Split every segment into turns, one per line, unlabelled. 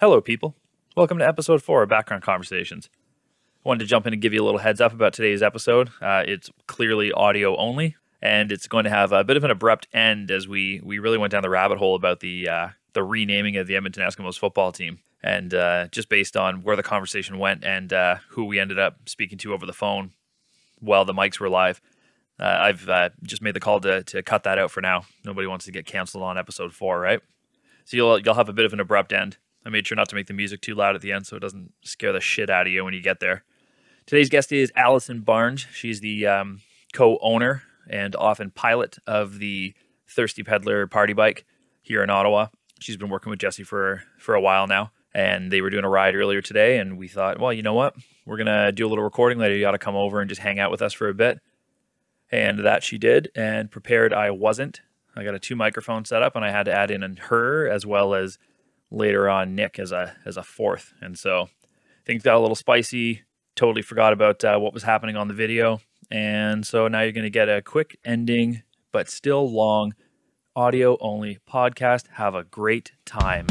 Hello, people. Welcome to episode four of Background Conversations. I wanted to jump in and give you a little heads up about today's episode. Uh, it's clearly audio only, and it's going to have a bit of an abrupt end as we we really went down the rabbit hole about the uh, the renaming of the Edmonton Eskimos football team, and uh, just based on where the conversation went and uh, who we ended up speaking to over the phone while the mics were live. Uh, I've uh, just made the call to, to cut that out for now. Nobody wants to get canceled on episode four, right? So you'll you'll have a bit of an abrupt end. I made sure not to make the music too loud at the end so it doesn't scare the shit out of you when you get there. Today's guest is Allison Barnes. She's the um, co-owner and often pilot of the Thirsty Peddler party bike here in Ottawa. She's been working with Jesse for for a while now, and they were doing a ride earlier today. And we thought, well, you know what? We're gonna do a little recording later. You got to come over and just hang out with us for a bit. And that she did. And prepared, I wasn't. I got a two microphone setup, and I had to add in her as well as later on Nick as a as a fourth. And so things got a little spicy. Totally forgot about uh, what was happening on the video, and so now you're going to get a quick ending, but still long, audio only podcast. Have a great time.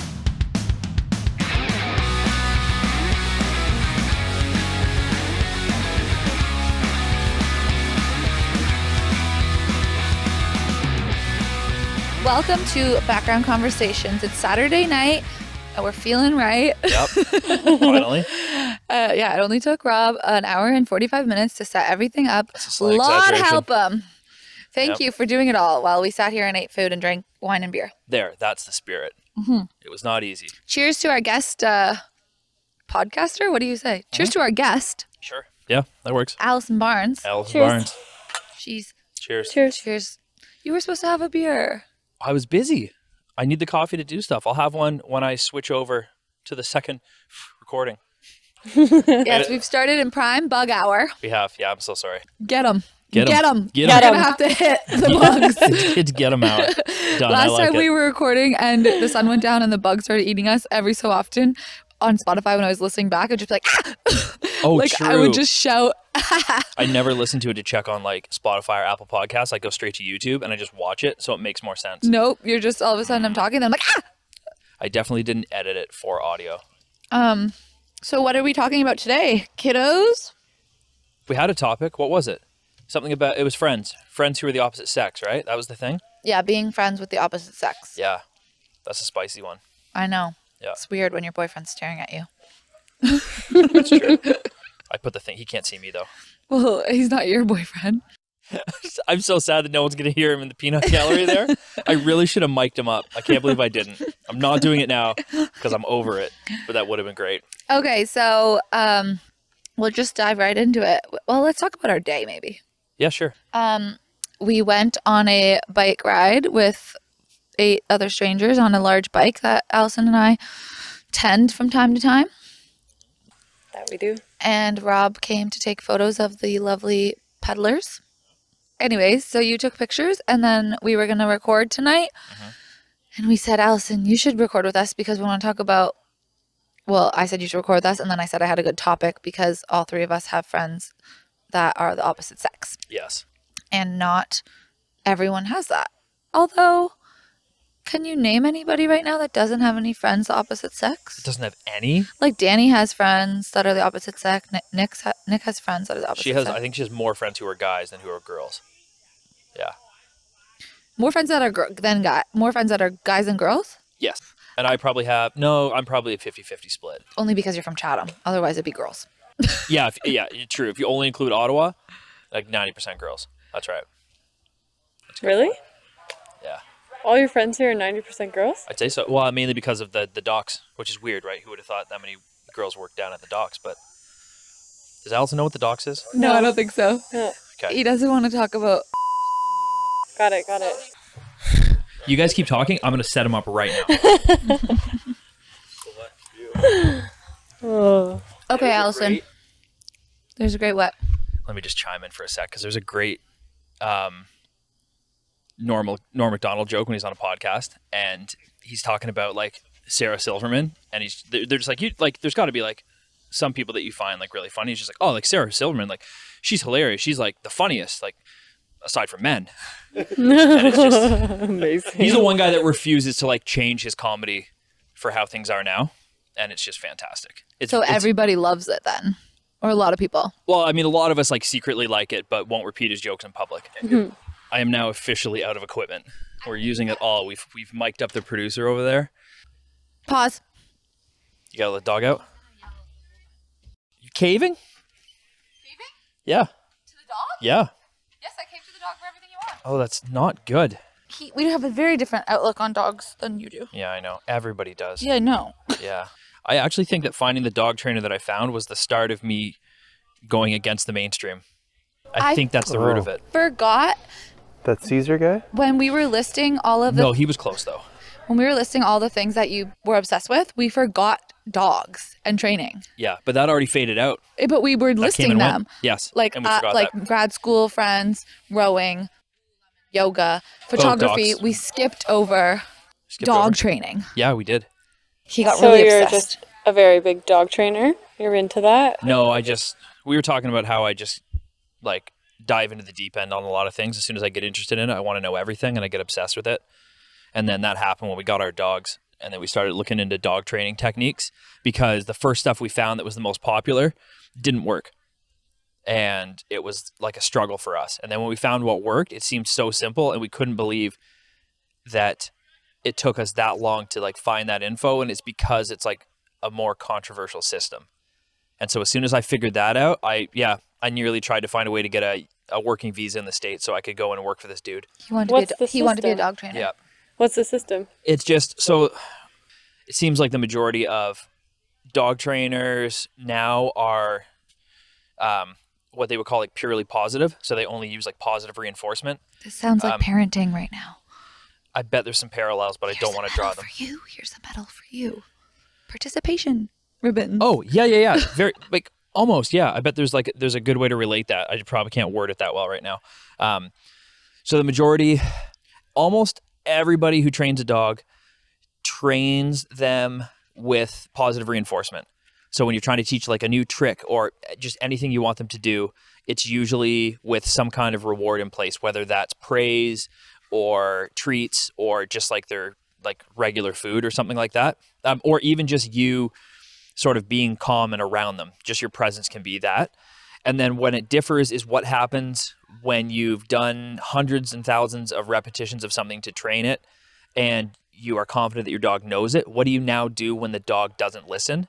Welcome to Background Conversations. It's Saturday night and we're feeling right.
Yep. Finally,
Uh, yeah, it only took Rob an hour and 45 minutes to set everything up.
That's a slight
Lord
exaggeration.
help him. Thank
Yep.
you for doing it all while we sat here and ate food and drank wine and beer.
there. That's the spirit.
Mhm.
It was not easy.
Cheers to our guest uh, podcaster. What do you say? Cheers
Mm-hmm.
to our guest,
Sure. Yeah, that works.
Allison Barnes.
Alice
Cheers.
Barnes.
She's
Cheers.
Cheers.
cheers. You were supposed to have a beer.
I was busy. I need the coffee to do stuff. I'll have one when I switch over to the second recording.
Yes, we've started in prime bug hour.
We have. Yeah, I'm so sorry.
Get them.
Get 'em.
Get them.
Get 'em.
We're gonna have to hit the bugs.
it's get them out. Done. Oh, I
Last
like
time
it.
we were recording and the sun went down and the bugs started eating us every so often on Spotify when I was listening back, I'd just be like, "Ah!"
Oh,
like I
true.
would just shout.
I never listen to it to check on like Spotify or Apple Podcasts. I go straight to YouTube and I just watch it, so it makes more sense.
Nope, you're just all of a sudden I'm talking. Then I'm like, ah!
I definitely didn't edit it for audio.
um. So what are we talking about today, kiddos?
We had a topic. What was it? Something about it was friends. Friends who were the opposite sex, right? That was the thing.
Yeah, being friends with the opposite sex.
Yeah, that's a spicy one.
I know.
Yeah.
It's weird when your boyfriend's staring at you.
That's true. I put the thing. He can't see me though.
Well, he's not your boyfriend.
I'm so sad that no one's gonna hear him in the peanut gallery there. I really should have mic'd him up. I can't believe I didn't. I'm not doing it now because I'm over it. But that would have been great.
Okay, so um, we'll just dive right into it. Well, let's talk about our day, maybe.
Yeah, sure.
Um, we went on a bike ride with eight other strangers on a large bike that Allison and I tend from time to time.
That we do.
And Rob came to take photos of the lovely peddlers. Anyways, so you took pictures and then we were going to record tonight. And we said, Allison, you should record with us because we want to talk about. Well, I said you should record with us. And then I said I had a good topic because all three of us have friends that are the opposite sex.
Yes.
and not everyone has that. Although, can you name anybody right now that doesn't have any friends the opposite
It
sex?
doesn't have any.
Like Danny has friends that are the opposite sex. Nick, Nick's ha- Nick has friends that are the opposite.
She has.
sex.
I think she has more friends who are guys than who are girls. Yeah.
more friends that are gr- than guy. More friends that are guys and girls.
Yes. And I probably have. No, I'm probably a 50-50 split.
Only because you're from Chatham. Otherwise, it'd be girls.
Yeah. If, yeah. True. If you only include Ottawa, like ninety percent girls. That's right.
Really?
Yeah.
All your friends here are 90% girls?
I'd say so. Well, mainly because of the the docks, which is weird, right? Who would have thought that many girls work down at the docks? But does Allison know what the docks is?
No, I don't think so.
No.
He doesn't want to talk about.
Got it, got it.
You guys keep talking. I'm gonna set him up right now.
Oh.
Okay, Allison. There's a great what?
let me just chime in for a sec because there's a great um, normal Norm Macdonald joke when he's on a podcast and he's talking about like Sarah Silverman and he's they're, they're just like you like there's got to be like some people that you find like really funny. He's just like oh like Sarah Silverman like she's hilarious. She's like the funniest like aside from men. and it's just
Amazing.
he's the one guy that refuses to like change his comedy for how things are now. and it's just fantastic. It's,
So
it's-
everybody loves it then, or a lot of people.
well, I mean, a lot of us like secretly like it, but won't repeat his jokes in public.
Mm-hmm.
Mhm.
I am now officially out of equipment. We're using it all. We've we've mic'd up the producer over there.
Pause.
You gotta let the dog out. You caving? Caving? Yeah.
To the dog?
Yeah.
Yes, I came to the dog for everything you want.
Oh, that's not good.
He, we have a very different outlook on dogs than you do.
Yeah, I know. Everybody does.
Yeah, I know.
Yeah. I actually think that finding the dog trainer that I found was the start of me going against the mainstream. I,
I-
think that's the root of it.
Forgot
That Caesar guy?
when we were listing all of the
No, he was close though.
when we were listing all the things that you were obsessed with, we forgot dogs and training.
Yeah, but that already faded out.
Eh, But we were
That
listing
and went.
them
Yes.
like
and we
uh,
forgot
like
that.
grad school friends, rowing, yoga, photography.
Oh, dogs.
We skipped over
Skipped
dog
over.
training.
Yeah, we did.
He got
so
really
you're
obsessed.
just a very big dog trainer. You're into that.
No, I just we were talking about how I just like dive into the deep end on a lot of things. As soon as I get interested in it, I want to know everything and I get obsessed with it. And then that happened when we got our dogs and then we started looking into dog training techniques because the first stuff we found that was the most popular didn't work. And it was like a struggle for us. And then when we found what worked, it seemed so simple and we couldn't believe that it took us that long to like find that info and it's because it's like a more controversial system. And so as soon as I figured that out, I yeah, I nearly tried to find a way to get a, a working visa in the state so I could go and work for this dude.
he wanted to be a,
What's
do-
the
he wanted to be a
system?
dog trainer.
Yeah.
What's the system?
It's just so it seems like the majority of dog trainers now are um, what they would call like purely positive. So they only use like positive reinforcement.
This sounds like
Um,
parenting right now.
I bet there's some parallels, but I don't want to draw them.
for you. Here's a medal for you. Participation ribbon.
Oh yeah, yeah, yeah. Very like almost yeah. I bet there's like there's a good way to relate that. I probably can't word it that well right now. Um, so the majority, almost everybody who trains a dog, trains them with positive reinforcement. So when you're trying to teach like a new trick or just anything you want them to do, it's usually with some kind of reward in place, whether that's praise or treats or just like their like regular food or something like that, um, or even just you sort of being calm and around them. Just your presence can be that. And then when it differs is what happens when you've done hundreds and thousands of repetitions of something to train it and you are confident that your dog knows it. What do you now do when the dog doesn't listen,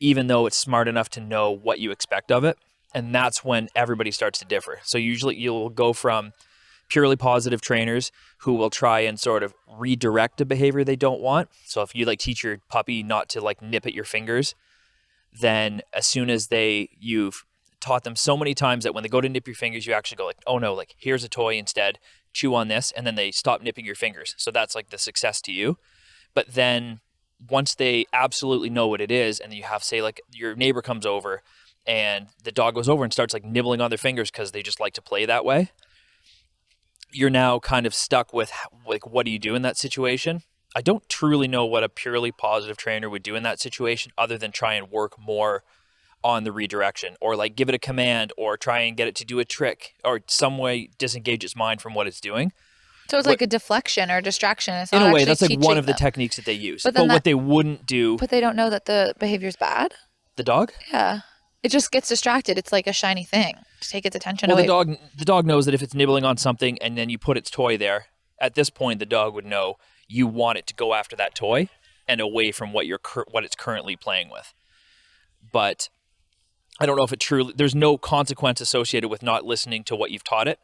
even though it's smart enough to know what you expect of it? And that's when everybody starts to differ. So usually you'll go from purely positive trainers who will try and sort of redirect a behavior they don't want. So if you like teach your puppy not to like nip at your fingers, then as soon as they you've taught them so many times that when they go to nip your fingers, you actually go like, "Oh no, like here's a toy instead. Chew on this." And then they stop nipping your fingers. So that's like the success to you. But then once they absolutely know what it is and you have say like your neighbor comes over and the dog goes over and starts like nibbling on their fingers cuz they just like to play that way you're now kind of stuck with h- like what do you do in that situation i don't truly know what a purely positive trainer would do in that situation other than try and work more on the redirection or like give it a command or try and get it to do a trick or some way disengage its mind from what it's doing
so it's
what-
like a deflection or distraction. It's
in
not
a way
actually
that's like one
teaching
of the
them.
techniques that they use but,
But then
what
that-
they wouldn't do
But they don't know that the behavior's bad.
the dog
Yeah. It just gets distracted. It's like a shiny thing to take its attention
well
away.
the dog the dog knows that if it's nibbling on something and then you put its toy there at this point the dog would know you want it to go after that toy and away from what you're cur- what it's currently playing with but i don't know if it truly there's no consequence associated with not listening to what you've taught it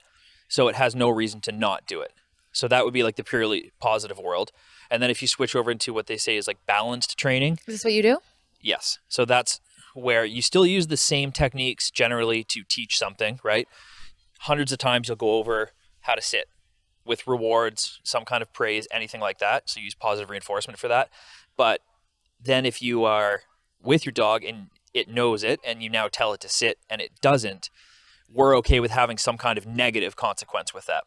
so it has no reason to not do it so that would be like the purely positive world and then if you switch over into what they say is like balanced training
Is this what you do?
Yes. So that's where you still use the same techniques generally to teach something, right? Hundreds of times you'll go over how to sit with rewards, some kind of praise, anything like that. So use positive reinforcement for that. But then if you are with your dog and it knows it and you now tell it to sit and it doesn't, we're okay with having some kind of negative consequence with that.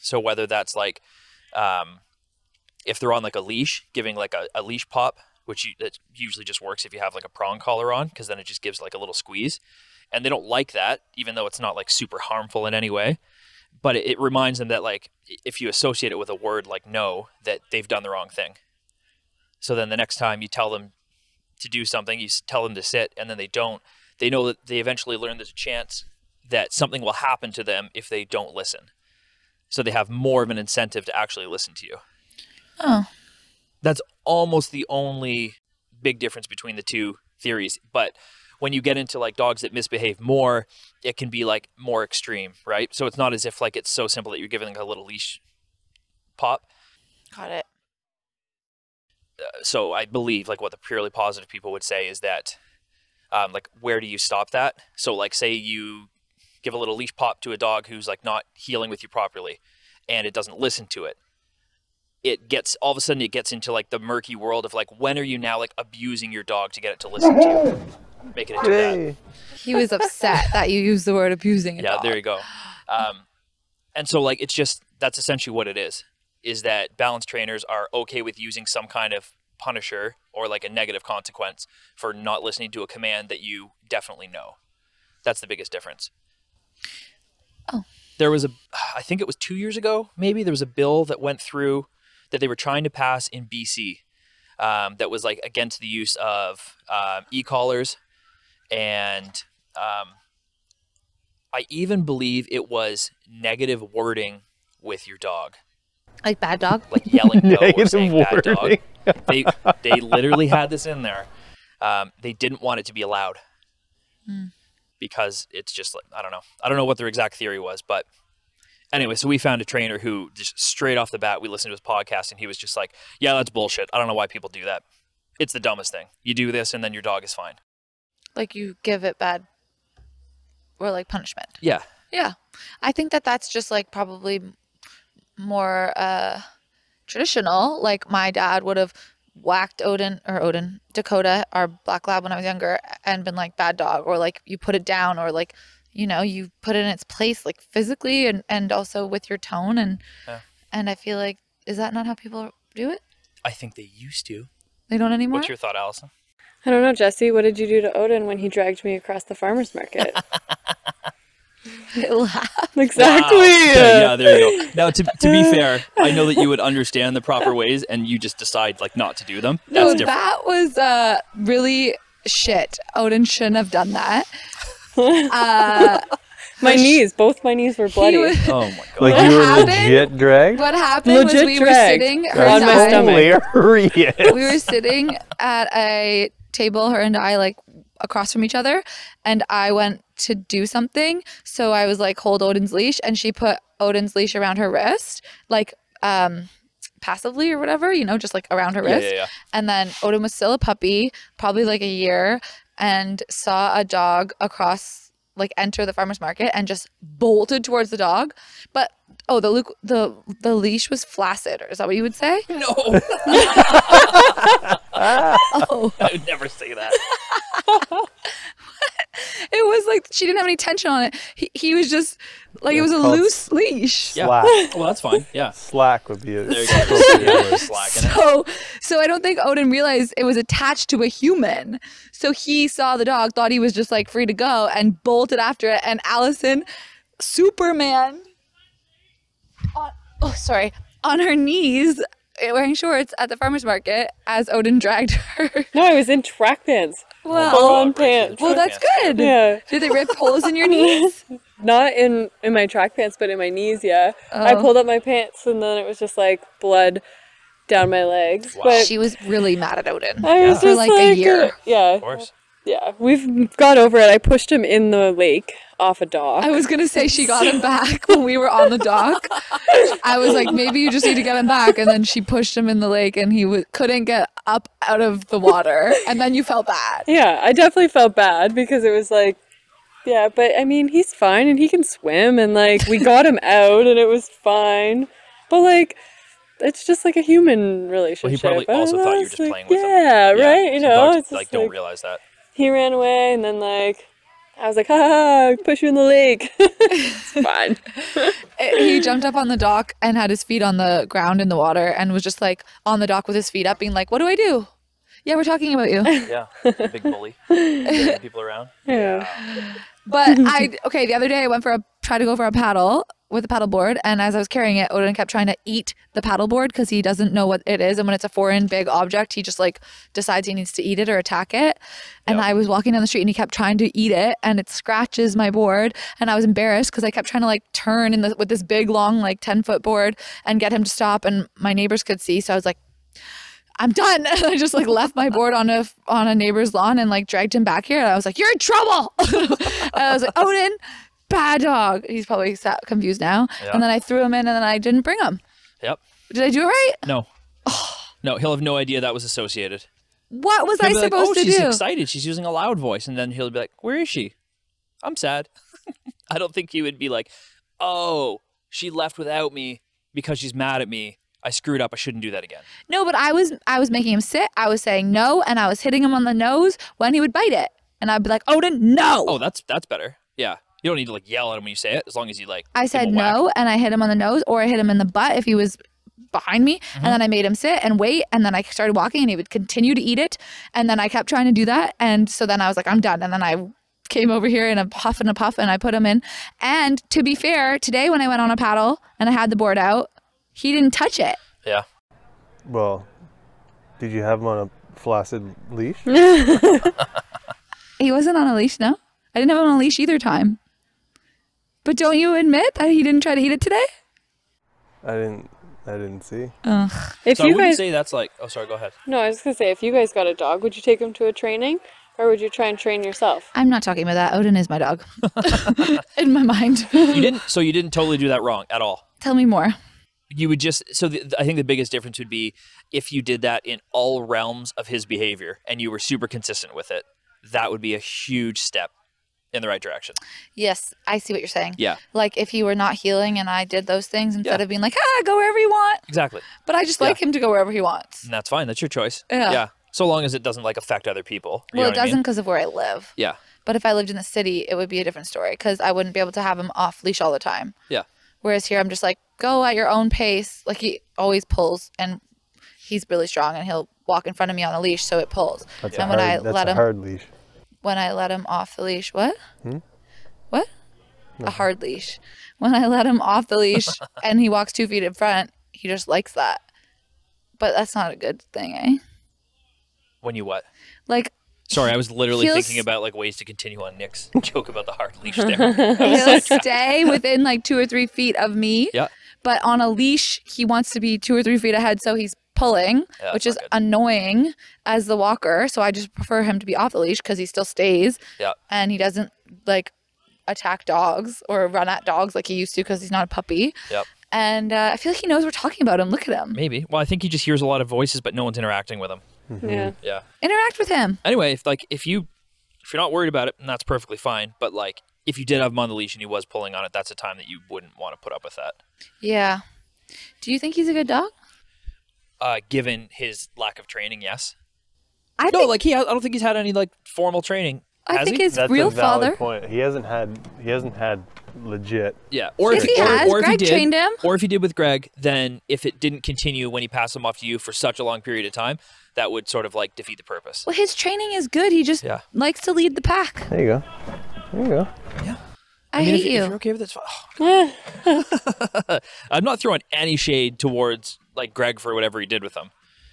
So whether that's like, um, if they're on like a leash, giving like a, a leash pop, which you, that usually just works if you have like a prong collar on, because then it just gives like a little squeeze. And they don't like that, even though it's not like super harmful in any way. But it, it reminds them that like i- if you associate it with a word like no, that they've done the wrong thing. So then the next time you tell them to do something, you s- tell them to sit, and then they don't, they know that they eventually learn there's a chance that something will happen to them if they don't listen. So they have more of an incentive to actually listen to you.
Oh,
That's almost the only big difference between the two theories. But when you get into like dogs that misbehave more, it can be like more extreme, right? So it's not as if like it's so simple that you're giving like a little leash pop. Uh,
got it.
so I believe like what the purely positive people would say is that um, like where do you stop that? So like say you give a little leash pop to a dog who's like not healing with you properly and it doesn't listen to it. It gets all of a sudden it gets into like the murky world of like when are you now like abusing your dog to get it to listen to you? Making it do that.
Yay.
He was upset that you used the word abusing. A
Yeah,
dog.
there you go. Um, and so like it's just that's essentially what it is. Is that balance trainers are okay with using some kind of punisher or like a negative consequence for not listening to a command that you definitely know. That's the biggest difference.
Oh.
There was a I think it was 2 years ago, maybe there was a bill that went through that they were trying to pass in BC um, that was like against the use of um, e-collars and um, I even believe it was negative wording with your dog,
Like bad dog.
like yelling no or
Negative
saying bad dog.
wording.
They they literally had this in there. Um, they didn't want it to be allowed because it's just like I don't know. I don't know what their exact theory was, but anyway, so we found a trainer who just straight off the bat we listened to his podcast and he was just like, "Yeah, that's bullshit. I don't know why people do that. It's the dumbest thing. You do this and then your dog is fine."
Like you give it bad, or like punishment.
Yeah.
Yeah. I think that that's just like probably m- more uh traditional. Like my dad would have whacked Odin or Odin, Dakota, our black lab when I was younger and been like bad dog or like you put it down or like you know, you put it in its place like physically and and also with your tone and
Yeah.
and I feel like is that not how people do it?
I think they used to.
They don't anymore?
What's your thought, Allison?
I don't know, Jesse. What did you do to Odin when he dragged me across the farmer's market? exactly.
Wow. Yeah, yeah, there you go. Now, to, to be fair, I know that you would understand the proper ways, and you just decide like not to do them.
No,
That's different.
that was uh, really shit. Odin shouldn't have done that. Uh,
My knees, both my knees were bloody.
he was,
Oh my god!
Like you were
happened?
legit dragged?
What happened was
Legit
we
dragged
were sitting her
on
and
my
I-
stomach.
Hilarious.
We were sitting at a table, her and I, like across from each other, and I went to do something. So I was like, hold Odin's leash, and she put Odin's leash around her wrist, like um passively or whatever, you know, just like around her
yeah,
wrist.
yeah, yeah.
And then Odin was still a puppy, probably like a year, and saw a dog across, like enter the farmer's market and just bolted towards the dog. But oh, the Luke, the the leash was flaccid, or is that what you would say?
No,
Oh,
I would never say that.
it was like she didn't have any tension on it. He, he was just like it was a
called-
loose leash.
Yeah.
Slack.
Well, that's fine. Yeah.
Slack would be a
There you go. Just, yeah, slack in it.
So, so I don't think Odin realized it was attached to a human. So he saw the dog, thought he was just like free to go, and bolted after it. And Allison, Superman, on, oh sorry, on her knees, eh, wearing shorts at the farmer's market as Odin dragged her.
no, I was in track pants.
Well,
Full on
God, Rachel,
pants.
well, that's good.
Yeah.
Did they rip holes in your knees?
Not in in my track pants, but in my knees, yeah. I
Oh.
pulled up my pants and then it was just like blood down my legs. But
She was really mad at Odin.
I was
For
just
like
like,
a year.
Yeah.
Of course.
Yeah. We've got over it. I pushed him in the lake off a dog.
I was gonna say she got him back when we were on the dock. I was like, maybe you just need to get him back, and then she pushed him in the lake, and he w- couldn't get up out of the water, and then you felt bad.
Yeah, I definitely felt bad because it was like, yeah, but I mean, he's fine and he can swim and like we got him out and it was fine. But like, it's just like a human relationship.
Well, he probably
I don't
also
know,
thought you were
it's
just
like,
playing with him.
yeah,
Yeah,
right? You
some
know,
dogs,
it's just
like
like,
don't realize that.
he ran away and then like, I was like, ha ha, ha, push you in the lake. it's fine.
It- he jumped up on the dock and had his feet on the ground in the water, and was just like on the dock with his feet up, being like, "What do I do?" Yeah, we're talking about you.
Yeah, big bully. Getting people around.
Yeah.
But I okay, the other day I went for a tried to go for a paddle with a paddle board and as I was carrying it, Odin kept trying to eat the paddle board because he doesn't know what it is and when it's a foreign big object, he just like decides he needs to eat it or attack it. And I was walking down the street and he kept trying to eat it and it scratches my board and I was embarrassed because I kept trying to like turn in the, with this big long like 10 foot board and get him to stop and my neighbors could see so I was like I'm done. And I just like left my board on a on a neighbor's lawn and like dragged him back here. And I was like, "You're in trouble." and I was like, "Odin, bad dog." He's probably sa confused now.
Yeah.
And then I threw him in, and then I didn't bring him.
Yep.
Did I do it right?
No. No, he'll have no idea that was associated.
What was
He'll
I
be like,
supposed
oh,
to
she's
do?
excited. She's using a loud voice, and then he'll be like, "Where is she? I'm sad." I don't think he would be like, "Oh, she left without me because she's mad at me. I screwed up. I shouldn't do that again."
No, but I was I was making him sit. I was saying no, and I was hitting him on the nose when he would bite it, and I'd be like, "Odin, no."
Oh, that's that's better. Yeah, you don't need to like yell at him when you say it, as long as you like.
I
give
said
him a whack.
no, and I hit him on the nose, or I hit him in the butt if he was behind me, and then I made him sit and wait, and then I started walking, and he would continue to eat it, and then I kept trying to do that, and so then I was like, I'm done, and then I came over here in a puff and a puff, and I put him in, and to be fair, today when I went on a paddle and I had the board out, he didn't touch it.
Yeah,
Well, did you have him on a flaccid leash?
He wasn't on a leash, no. I didn't have him on a leash either time. But don't you admit that he didn't try to eat it today?
I didn't. I didn't see.
If
so I
you
wouldn't
guys,
say that's like. Oh, sorry. Go ahead.
no, I was gonna say, if you guys got a dog, would you take him to a training, or would you try and train yourself?
I'm not talking about that. Odin is my dog. in my mind.
You didn't. So you didn't totally do that wrong at all.
Tell me more.
you would just so the, i think the biggest difference would be if you did that in all realms of his behavior and you were super consistent with it that would be a huge step in the right direction
Yes, I see what you're saying.
yeah
Like if he were not healing and I did those things instead
Yeah.
of being like, ah, go wherever you want.
exactly
But I just
Yeah.
like him to go wherever he wants.
and that's fine that's your choice
Yeah.
yeah so long as it doesn't like affect other people You know
Well, it
what I mean?
doesn't because of where I live.
yeah
But if I lived in the city, it would be a different story because I wouldn't be able to have him off leash all the time.
yeah
Whereas here, I'm just like, go at your own pace. Like he always pulls and he's really strong and he'll walk in front of me on a leash. So it pulls.
That's a
and
hard.
when I
that's
let
a
him,
hard leash.
when I let him off the leash, what? What? A hard leash. When I let him off the leash and he walks two feet in front, he just likes that. But that's not a good thing, eh?
when you what
Like,
sorry i was literally
Feels-
thinking about like ways to continue on nick's joke about the hard leash there
he'll stay within like two or three feet of me.
yeah
But on a leash, he wants to be two or three feet ahead, so he's pulling,
that's
which
not
is
good.
annoying as the walker. So I just prefer him to be off the leash because he still stays
yeah
and he doesn't like attack dogs or run at dogs like he used to because he's not a puppy.
Yep.
And uh, I feel like he knows we're talking about him. Look at him.
maybe well i think he just hears a lot of voices but no one's interacting with him
Mm-hmm.
Yeah.
yeah
Interact with him.
anyway, if like if you if you're not worried about it, and that's perfectly fine. But like if you did have him on the leash and he was pulling on it, that's a time that you wouldn't want to put up with that,
Yeah. Do you think he's a good dog?
uh, given his lack of training. Yes.
I
No,
think
like he. ha- I don't think he's had any like formal training.
I
has
think
he?
his
That's
real
a valid
father.
point. He hasn't had. He hasn't had legit.
Yeah. Or
If he
or,
has,
or if
Greg
he did,
trained him.
Or if he did with Greg, then if it didn't continue when he passed him off to you for such a long period of time, that would sort of like defeat the purpose.
Well, his training is good. He just
Yeah.
likes to lead the pack.
There you go. There you go.
I,
mean,
hate
if,
you.
If you're okay with this, oh, I'm not throwing any shade towards like Greg for whatever he did with him.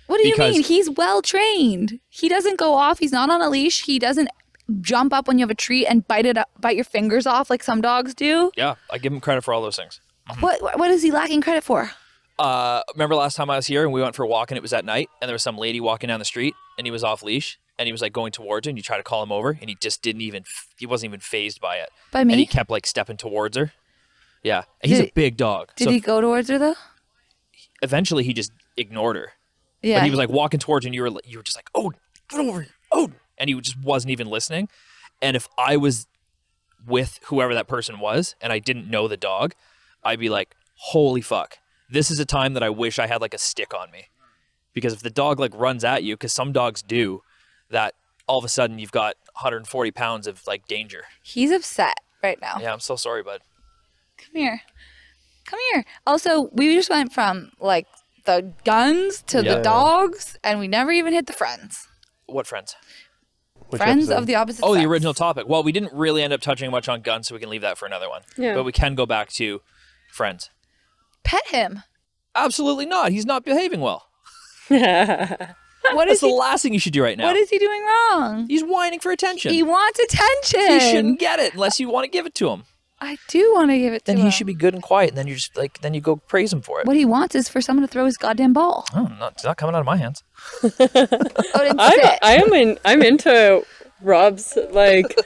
What do you
because-
mean? He's well trained. He doesn't go off. He's not on a leash. He doesn't jump up when you have a treat and bite it up, bite your fingers off like some dogs do.
Yeah, I give him credit for all those things.
What what is he lacking credit for?
uh, remember last time I was here and we went for a walk and it was at night and there was some lady walking down the street and he was off leash and he was like going towards her and you try to call him over and he just didn't even he wasn't even phased by it.
By
And
me?
he kept like stepping towards her. Yeah, and he's a
Did-
big dog.
Did
so
he go towards her though?
eventually he just ignored her.
Yeah.
But he was like walking towards you and you were you were just like, "Oh, get over here. Oh." And he just wasn't even listening. And if I was with whoever that person was and I didn't know the dog, I'd be like, "Holy fuck. This is a time that I wish I had like a stick on me." Because if the dog like runs at you cuz some dogs do, that all of a sudden you've got 140 pounds of like danger.
He's upset right now.
Yeah, I'm so sorry, bud.
Come here. Come here. Also, we just went from like the guns to
Yeah.
the dogs and we never even hit the friends.
What friends?
Which
Friends
episode?
of the opposite
Oh, the
sex.
original topic. Well, we didn't really end up touching much on guns, so we can leave that for another one.
Yeah.
But we can go back to friends.
Pet him.
Absolutely not. He's not behaving well.
What
That's
is
the
he?
last thing you should do right now.
What is he doing wrong?
He's whining for attention.
He wants attention.
He shouldn't get it unless you want to give it to him.
I do want to give it
Then
to
he
him.
should be good and quiet, and then you just like then you go praise him for it.
What he wants is for someone to throw his goddamn ball.
Oh, not, it's not coming out of my hands.
Oh, and
I'm,
sit.
I am in. I'm into Rob's like,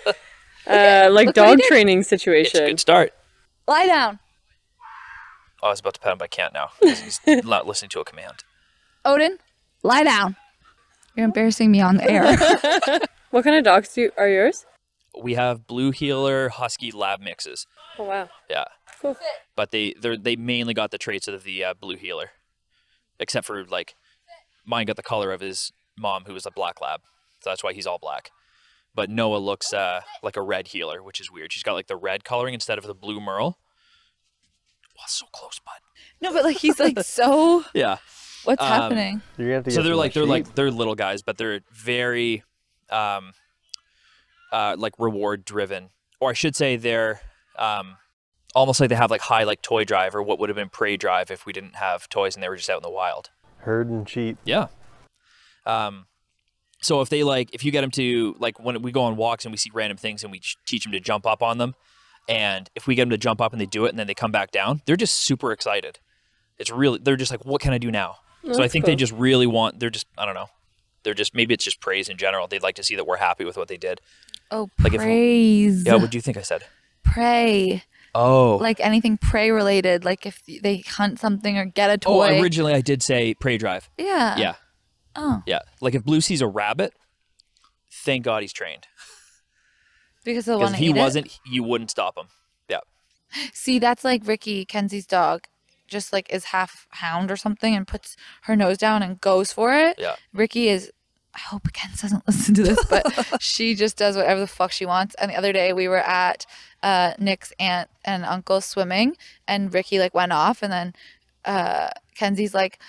uh,
look
like
what he
dog
did.
training
It's a
situation.
good start.
Lie down.
Oh, I was about to pat him, but I can't now. 'cause He's not listening to a command.
Odin, lie down. You're embarrassing me on the air.
What kind of dogs do you, are yours?
We have blue heeler husky lab mixes.
Oh wow,
Yeah,
cool.
but they they they mainly got the traits of the uh, blue healer, except for like mine got the color of his mom, who was a black lab, so that's why he's all black. But Noah looks uh, like a red healer, which is weird. She's got like the red coloring instead of the blue merle. Wow, so close, bud.
no, but like he's like so.
Yeah.
What's
Um,
happening?
You're gonna have to
so
get
they're
some
like they're
sheep.
like they're little guys, but they're very, um, uh, like reward driven, or I should say they're um, almost like they have like high like toy drive or what would have been prey drive if we didn't have toys and they were just out in the wild.
herd and sheep.
Yeah. Um, so if they like, if you get them to like when we go on walks and we see random things and we ch- teach them to jump up on them, and if we get them to jump up and they do it and then they come back down, they're just super excited. It's really they're just like, what can I do now? so I
That's
think they
cool.
just really want. They're just I don't know. They're just maybe it's just praise in general. They'd like to see that we're happy with what they did.
Oh,
like if-
praise.
Yeah. What do you think I said?
Pray.
Oh.
Like anything prey related. Like if they hunt something or get a
oh.
toy.
Originally I did say prey drive.
yeah.
Yeah.
Oh.
Yeah. Like if Blue sees a rabbit, thank God he's trained
Because they'll
because
want
if
to
he
eat
wasn't, you wouldn't stop him. Yeah.
it. See, that's like Ricky, Kenzie's dog. Just like is half hound or something and puts her nose down and goes for it.
Yeah.
Ricky is. I hope Kenz doesn't listen to this, but she just does whatever the fuck she wants. And the other day we were at uh, Nick's aunt and uncle swimming, and Ricky like went off, and then uh, Kenzie's like,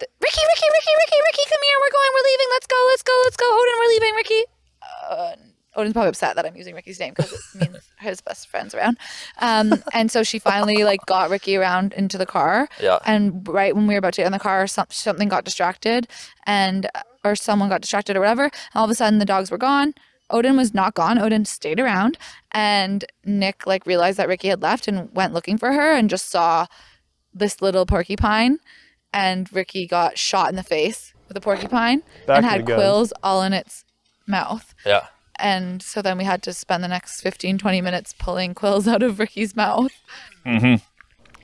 "Ricky, Ricky, Ricky, Ricky, Ricky, come here. We're going. We're leaving. Let's go. Let's go. Let's go. Odin, we're leaving. Ricky." Uh, Odin's probably upset that I'm using Ricky's name because it means his best friend's around. Um, and so she finally like got Ricky around into the car.
Yeah.
And right when we were about to get in the car, some, something got distracted, and uh, or someone got distracted or whatever. And all of a sudden, the dogs were gone. Odin was not gone. Odin stayed around, and Nick like realized that Ricky had left and went looking for her, and just saw this little porcupine, and Ricky got shot in the face with a porcupine
Back
and
to
had
the gun.
quills all in its mouth.
Yeah.
And so then we had to spend the next 15, 20 minutes pulling quills out of Ricky's mouth.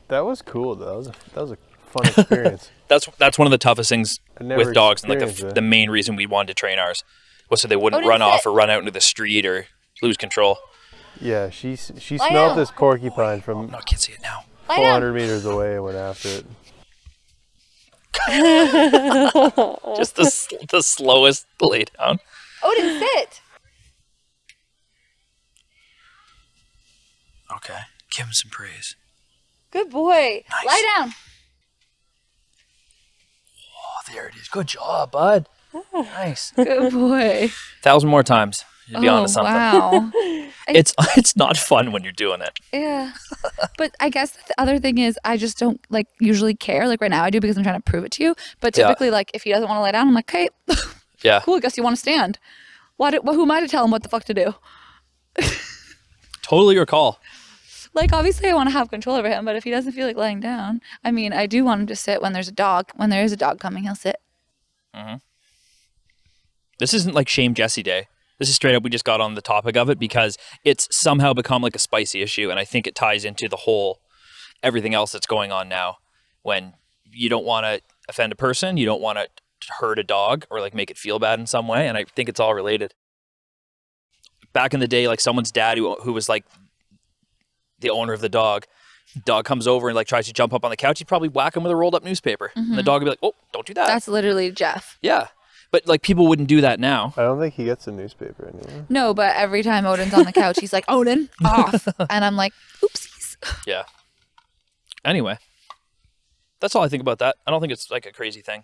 That was cool though. That was a, that was a fun experience.
That's that's one of the toughest things
I've never
with dogs, and like the,
experienced
f-
that.
the main reason we wanted to train ours was so they wouldn't
Oh,
run
that's
off
it.
or run out into the street or lose control.
yeah, she s- she
Lie
smelled
down.
this porcupine from
No, I can't see it now.
Lie down.
400 meters away and went after it.
Oh.
Just the s- the slowest lay down.
Odin, sit.
Okay, give him some praise.
Good boy. Lie down.
Oh, there it is. Good job, bud. Nice.
Good boy.
Thousand more times. You'd be
oh,
onto something.
wow.
It's it's not fun when you're doing it.
Yeah. But I guess the other thing is I just don't like usually care. Like right now I do because I'm trying to prove it to you. But
Yeah.
typically like if he doesn't want to lie down, I'm like, okay,
Yeah.
cool. I guess you want to stand. Why do, who am I to tell him what the fuck to do?
Totally your call.
Like obviously I want to have control over him, but if he doesn't feel like lying down, I mean, I do want him to sit when there's a dog. When there is a dog coming, he'll sit.
This isn't like shame Jesse day. This is straight up. We just got on the topic of it because it's somehow become like a spicy issue, and I think it ties into the whole everything else that's going on now. When you don't want to offend a person, you don't want to hurt a dog or like make it feel bad in some way, and I think it's all related. Back in the day, like someone's dad who, who was like the owner of the dog, dog comes over and like tries to jump up on the couch. He'd probably whack him with a rolled up newspaper, and the dog would be like, "Oh, don't do that."
That's literally Jeff.
yeah, but like people wouldn't do that now.
I don't think he gets a newspaper anymore.
No, but every time Odin's on the couch, he's like, Odin, off. And I'm like, oopsies.
Yeah. Anyway, that's all I think about that. I don't think it's like a crazy thing.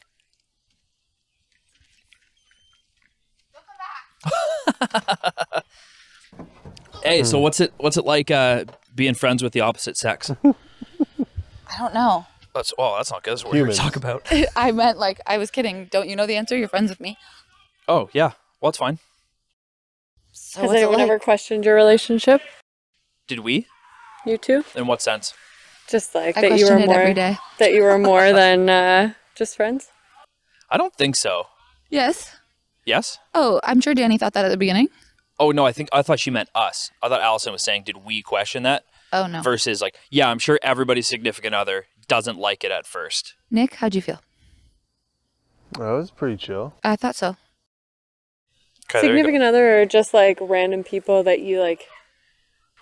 Hey, so what's it what's it like uh, being friends with the opposite sex?
I don't know.
that's well, that's not good. That's what we were
Humans.
talking about.
I meant like I was kidding. Don't you know the answer? You're friends with me.
Oh yeah, well it's fine.
So
Has
what's it
anyone
like?
ever questioned your relationship?
Did we?
You two?
In what sense?
Just like
I
that you
question
were
it every
more
day.
that you were more than uh, just friends.
I don't think so.
Yes.
Yes.
Oh, I'm sure Danny thought that at the beginning.
Oh no, I think I thought she meant us. I thought Allison was saying, did we question that?
Oh no.
Versus like, yeah, I'm sure everybody's significant other doesn't like it at first.
Nick, how'd you feel?
That was pretty chill.
I thought so.
Okay, there you go.
Significant other or just like random people that you like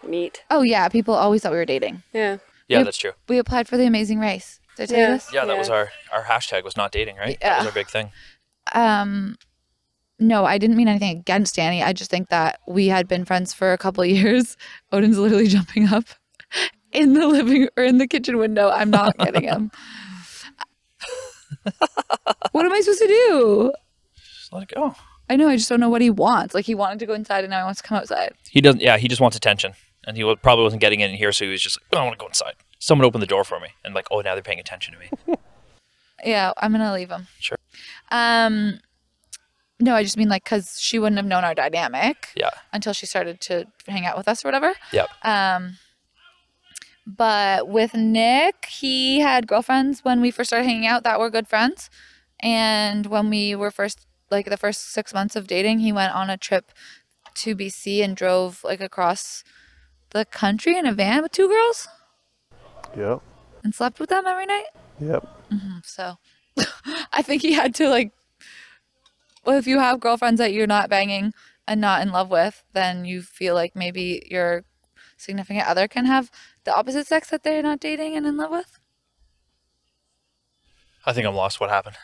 meet.
Oh yeah, people always thought we were dating.
Yeah.
Yeah, that's true.
We applied for the Amazing Race. Did I tell
Yeah.
you this?
Yeah, that was
Yeah.
our our hashtag was not dating, right? That was
Yeah.
our big thing.
Um, no, I didn't mean anything against Danny. I just think that we had been friends for a couple of years. Odin's literally jumping up in the living or in the kitchen window. I'm not kidding him. what am I supposed to do?
Just oh, let it go.
I know. I just don't know what he wants. Like he wanted to go inside, and now he wants to come outside.
He doesn't. Yeah, he just wants attention, and he wa- probably wasn't getting it in here, so he was just like, oh, "I want to go inside. Someone open the door for me." And like, oh, now they're paying attention to me.
Yeah, I'm gonna leave him.
Sure.
Um, no, I just mean like because she wouldn't have known our dynamic.
Yeah.
Until she started to hang out with us or whatever.
Yep.
Um, but with Nick, he had girlfriends when we first started hanging out that were good friends, and when we were first like the first six months of dating, he went on a trip to BC and drove like across the country in a van with two girls
Yep.
and slept with them every night.
Yep.
So I think he had to like well if you have girlfriends that you're not banging and not in love with, then you feel like maybe your significant other can have the opposite sex that they're not dating and in love with.
I think I'm lost. What happened?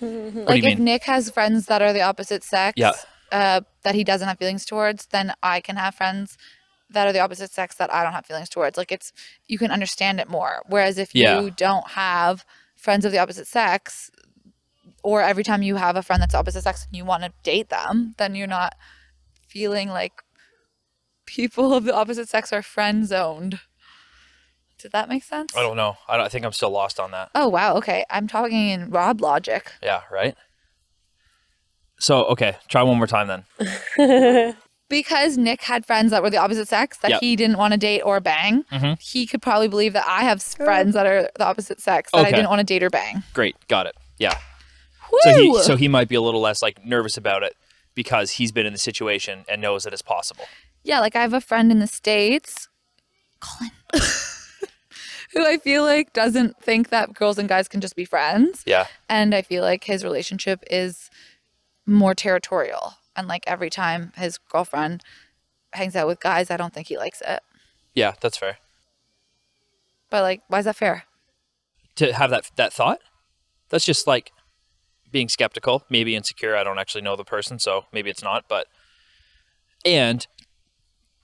What
like
do you
if
mean?
Nick has friends that are the opposite sex
Yeah.
uh, that he doesn't have feelings towards, then I can have friends that are the opposite sex that I don't have feelings towards. Like it's you can understand it more. Whereas if
Yeah.
you don't have friends of the opposite sex, or every time you have a friend that's opposite sex and you want to date them, then you're not feeling like people of the opposite sex are friend zoned. Did that make sense?
I don't know. I, don't, I think I'm still lost on that.
Oh wow, okay. I'm talking in Rob logic.
Yeah. Right. So okay, try one more time then.
because Nick had friends that were the opposite sex that
Yep.
he didn't want to date or bang,
Mhm.
he could probably believe that I have s- friends that are the opposite sex that I
Okay.
didn't want to date or bang.
Great, got it. Yeah.
Woo!
So he so he might be a little less like nervous about it because he's been in the situation and knows that it's possible.
yeah, like I have a friend in the States, Colin, who I feel like doesn't think that girls and guys can just be friends.
Yeah.
And I feel like his relationship is more territorial. And like every time his girlfriend hangs out with guys, I don't think he likes it.
Yeah, that's fair.
But like, why is that fair?
To have that that thought, that's just like being skeptical, maybe insecure. I don't actually know the person, so maybe it's not. But and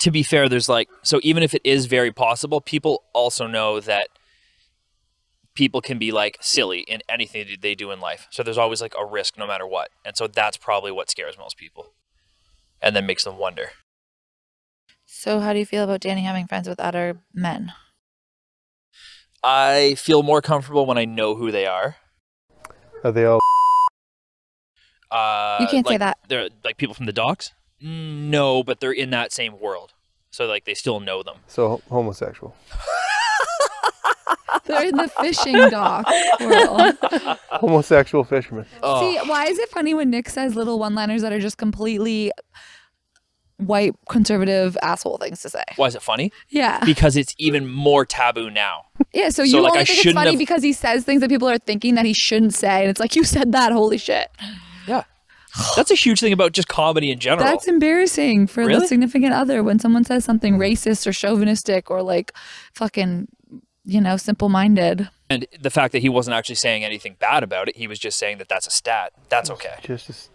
to be fair, there's like so even if it is very possible, people also know that people can be like silly in anything that they do in life. So there's always like a risk no matter what. And so that's probably what scares most people. And then makes them wonder.
So, how do you feel about Danny having friends with other men?
I feel more comfortable when I know who they are.
Are they all?
Uh,
You can't say
like,
that.
They're like people from the docks. Mm, No, but they're in that same world, so like they still know them.
So homosexual.
They're in the fishing dock world.
Homosexual fishermen.
Oh,
See, why is it funny when Nick says little one liners that are just completely white conservative asshole things to say?
why is it funny?
Yeah.
Because it's even more taboo now.
Yeah.
So,
So, you
like,
only
I
think it's
shouldn't
funny
have-
because he says things that people are thinking that he shouldn't say. And it's like, you said that. Holy shit.
Oh. Yeah, that's a huge thing about just comedy in general.
That's embarrassing for the
Really?
significant other when someone says something racist or chauvinistic or like fucking, you know, simple minded.
and the fact that he wasn't actually saying anything bad about it, he was just saying that that's a stat. That's okay.
Just as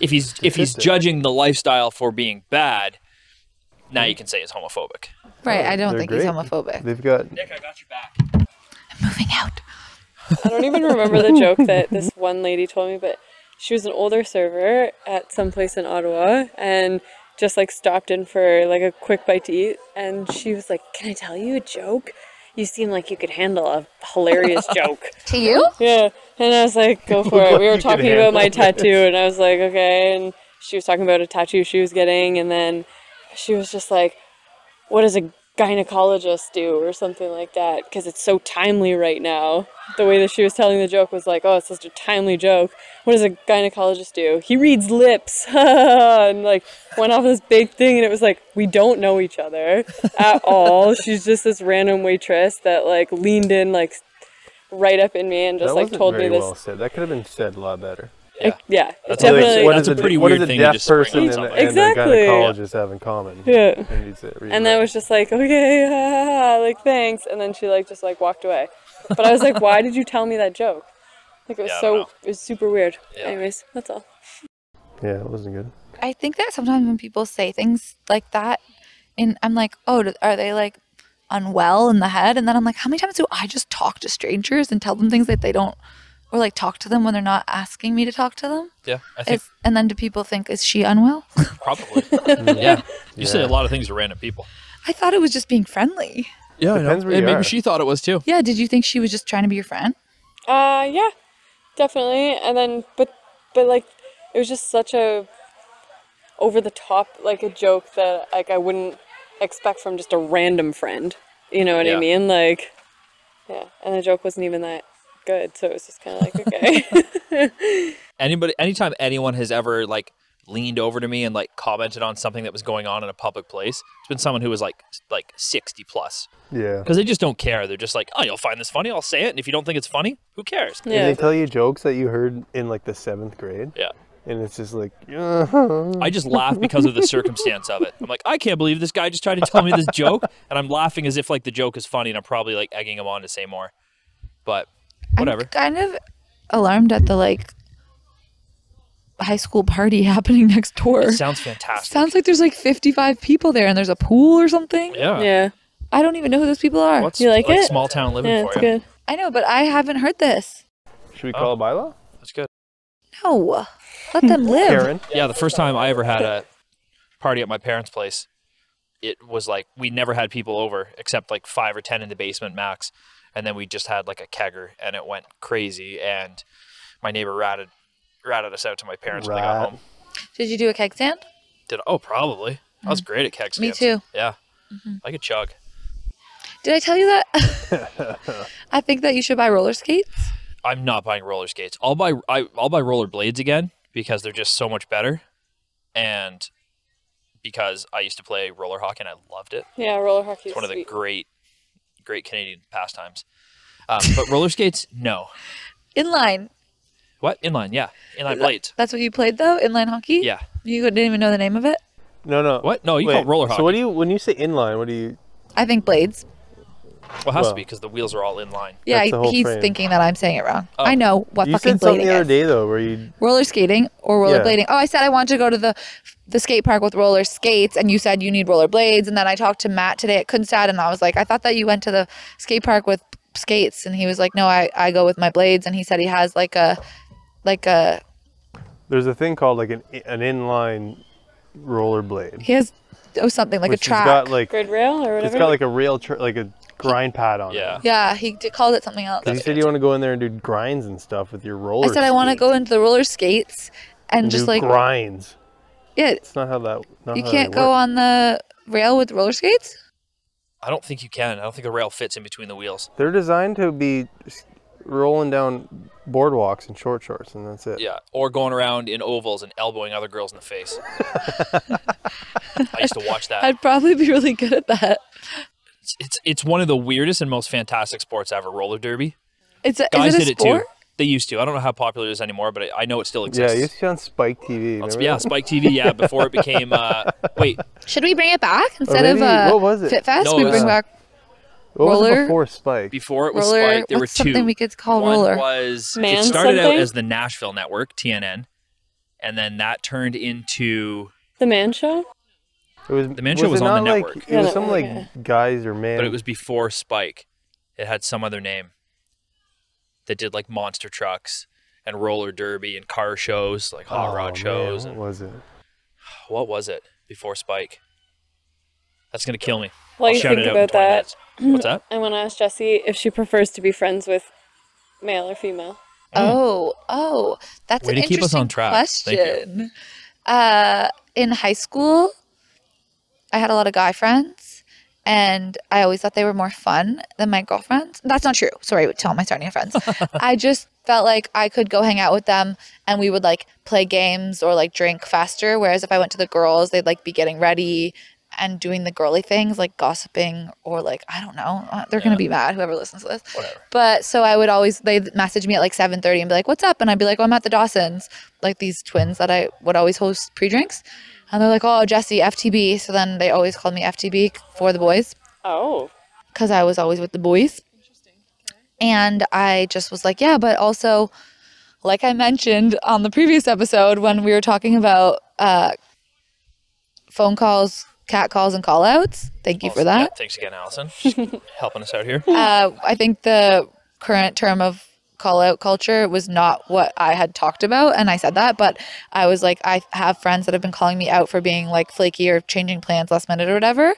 If he's if he's
Statistic.
judging the lifestyle for being bad, now you can say it's homophobic.
Right. I don't
they're
think he's
great.
homophobic.
they've got.
Nick, I got your back.
Moving out.
I don't even remember the joke that this one lady told me, but she was an older server at some place in Ottawa and just like stopped in for like a quick bite to eat and she was like, "Can I tell you a joke? You seem like you could handle a hilarious joke."
To you?
Yeah. And I was like, go for it. We were talking about my tattoo, and I was like, okay. And she was talking about a tattoo she was getting, and then she was just like, what does a gynecologist do, or something like that? Because it's so timely right now. The way that she was telling the joke was like, oh, it's such a timely joke. What does a gynecologist do? He reads lips. and like, went off this big thing, and it was like, we don't know each other at all. She's just this random waitress that like leaned in, like, right up in me and just
that
like
wasn't
told me
very
this.
well said. That could have been said a lot better.
Yeah, yeah
That's
it
all-
definitely.
what that's a pretty
what
weird
does
thing
a
to
deaf
just spring
person
on
and,
somebody.
and
Exactly.
a gynecologist have in common?
Yeah.
And, you said, read
and
that.
I was just like, okay, ah, like thanks, and then she like just like walked away. But I was like, why did you tell me that joke? Like it was
Yeah, I
so
don't know.
it was super weird.
Yeah.
Anyways, that's all.
yeah, it wasn't good.
I think that sometimes when people say things like that, and I'm like, oh, do- are they like unwell in the head? And then I'm like, how many times do I just talk to strangers and tell them things that they don't, or like talk to them when they're not asking me to talk to them?
Yeah, I think
Is, and then do people think, is she unwell?
probably. yeah, you say a
Yeah.
lot of things to random people.
I thought it was just being friendly.
Yeah,
know. Depends where And you maybe
maybe
are.
she
she
thought it was too.
Yeah, did you think she was just trying to be your friend?
Uh, yeah, definitely. And then, but but like it was just such a over the top like a joke that like I wouldn't expect from just a random friend. You know what
Yeah.
I mean? Like, yeah. And the joke wasn't even that good, so it was just kind of like okay.
Anybody, anytime anyone has ever like leaned over to me and like commented on something that was going on in a public place, it's been someone who was like s- like sixty plus
Yeah.
because they just don't care. They're just like, oh, you'll find this funny, I'll say it, and if you don't think it's funny, who cares?
And
yeah.
they tell you jokes that you heard in like the seventh grade,
Yeah.
and it's just like,
I just laugh because of the circumstance of it. I'm like, I can't believe this guy just tried to tell me this joke, and I'm laughing as if like the joke is funny, and I'm probably like egging him on to say more. But whatever.
I'm kind of alarmed at the like high school party happening next door.
It sounds fantastic.
Sounds like there's like 55 people there and there's a pool or something.
yeah.
yeah.
I don't even know who those people are.
What's
You like it?
small town living
Yeah,
for
it's
you?
good.
I know, but I haven't heard this.
should we
call
call
a
a bylaw?
That's good.
No. Let them
Hmm.
live.
Karen.
Yeah, the first time I ever had a party at my parents' place, it was like we never had people over except like five or ten in the basement max, and then we just had like a kegger, and it went crazy, and my neighbor ratted ratted us out to my parents when they got
Rat.
home.
Did you do a keg stand?
Did oh probably I was great at keg
Mm-hmm. Me
stands.
too. Mm-hmm.
Yeah, like a chug.
Did I tell you that? I think that you should buy roller skates.
I'm not buying roller skates. I'll buy I, I'll buy roller blades again because they're just so much better, and because I used to play roller hockey and I loved it.
Yeah, roller hockey.
It's
is
one of the
sweet.
great, great Canadian pastimes. Um, but roller skates, no.
Inline.
What inline? Yeah, inline blades.
That's what you played though? Inline hockey?
Yeah.
You didn't even know the name of it?
No, no.
What? No, you call it roller hockey.
So what do you when you say inline? What do you?
I think blades.
Well, it has to
Well.
be because the wheels are all inline.
Yeah,
That's the whole
he's
frame.
thinking that I'm saying it wrong.
Oh.
I know what
You
fucking
said something
blading
the other
is.
day though, where you
Roller skating or
Yeah.
rollerblading. Oh, I said I wanted to go to the the skate park with roller skates, and you said you need roller blades. And then I talked to Matt today at Kunstad, and I was like, I thought that you went to the skate park with skates, and he was like, No, I I go with my blades. And he said he has like a like a
there's a thing called like an an inline roller blade,
he has oh something like
which
a track.
has got like
grid rail or whatever.
it's got like a rail tr- like a grind pad on
Yeah.
it.
yeah, he d- called it something else.
'Cause you said you want to go in there and do grinds and stuff with your roller.
I said I want to go into the roller skates and,
and
just
do
like
grinds.
yeah,
It's not how that. Not
you
how
can't
they
go
work.
on the rail with roller skates.
I don't think you can. I don't think a rail fits in between the wheels.
They're designed to be s- rolling down boardwalks in short shorts, and that's it.
Yeah, or going around in ovals and elbowing other girls in the face. I used to watch that.
I'd probably be really good at that.
It's, it's it's one of the weirdest and most fantastic sports ever. Roller derby.
It's a,
Guys
is it a
did
sport?
it too. They used to. I don't know how popular it is anymore, but I, I know it still
Yeah,
exists.
you used to be on Spike TV.
It's-
remember
yeah,
that?
Spike TV. Yeah, before it became. Uh, wait,
Should we bring it back instead of
Oh, maybe-
uh,
what was it?
Fit Fest?
No,
we
it was-
bring back
What was
Roller-
it before Spike?
before it was
roller.
Spike, there
what's
were two.
something we could call
One
roller?
was it
Man
started out
something?
as the Nashville Network TNN, and then that turned into
the man show.
It was
The Man Show was
it
on the
not like,
network.
It
Yeah,
was some like
yeah.
guys or man.
but it was before Spike. It had some other name that did like monster trucks and roller derby and car shows, like hot
Oh, man,
rod shows.
what
and
was it?
what was it before Spike? That's gonna kill me.
While
I'll
you
shout
think
it out in
about
20
that,
minutes. What's that?
I want to ask Jessie if she prefers to be friends with male or female.
Oh, oh, that's
Way
an
to keep us on
interesting
track. Thank you.
question. Uh, in high school, I had a lot of guy friends, and I always thought they were more fun than my girlfriends. That's not true. Sorry to all my Sarnia friends. I just felt like I could go hang out with them, and we would like play games or like drink faster. Whereas if I went to the girls, they'd like be getting ready and doing the girly things like gossiping or like I don't know. Uh, They're gonna be mad. Whoever listens to this.
Whatever.
But so I would always they message me at like 7:30 and be like, "What's up?" And I'd be like, "Oh, I'm at the Dawson's." Like these twins that I would always host pre-drinks, and they're like, "Oh, Jesse, FTB." So then they always called me FTB for the boys
Oh,
because I was always with the boys. And I just was like, yeah, but also, like I mentioned on the previous episode when we were talking about uh, phone calls, cat calls, and call outs. Thank you for
Awesome. Yeah,
that.
thanks again, Allison, She's helping us out here.
Uh, I think the current term of call out culture was not what I had talked about. And I said that, but I was like, I have friends that have been calling me out for being like flaky or changing plans last minute or whatever.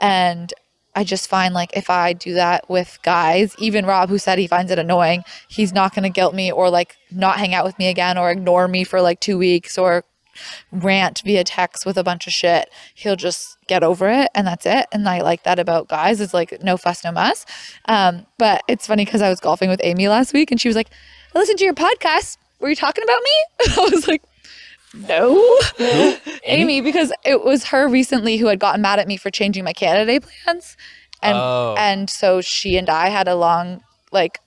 And I just find like if I do that with guys, even Rob, who said he finds it annoying, he's not going to guilt me or like not hang out with me again or ignore me for like two weeks or rant via text with a bunch of shit. He'll just get over it and that's it. And I like that about guys. It's like no fuss, no mess. Um, but it's funny because I was golfing with Amy last week and she was like, I listened to your podcast. Were you talking about me? I was like, no. Amy, because it was her recently who had gotten mad at me for changing my Canada Day plans. And
Oh.
and so she and I had a long like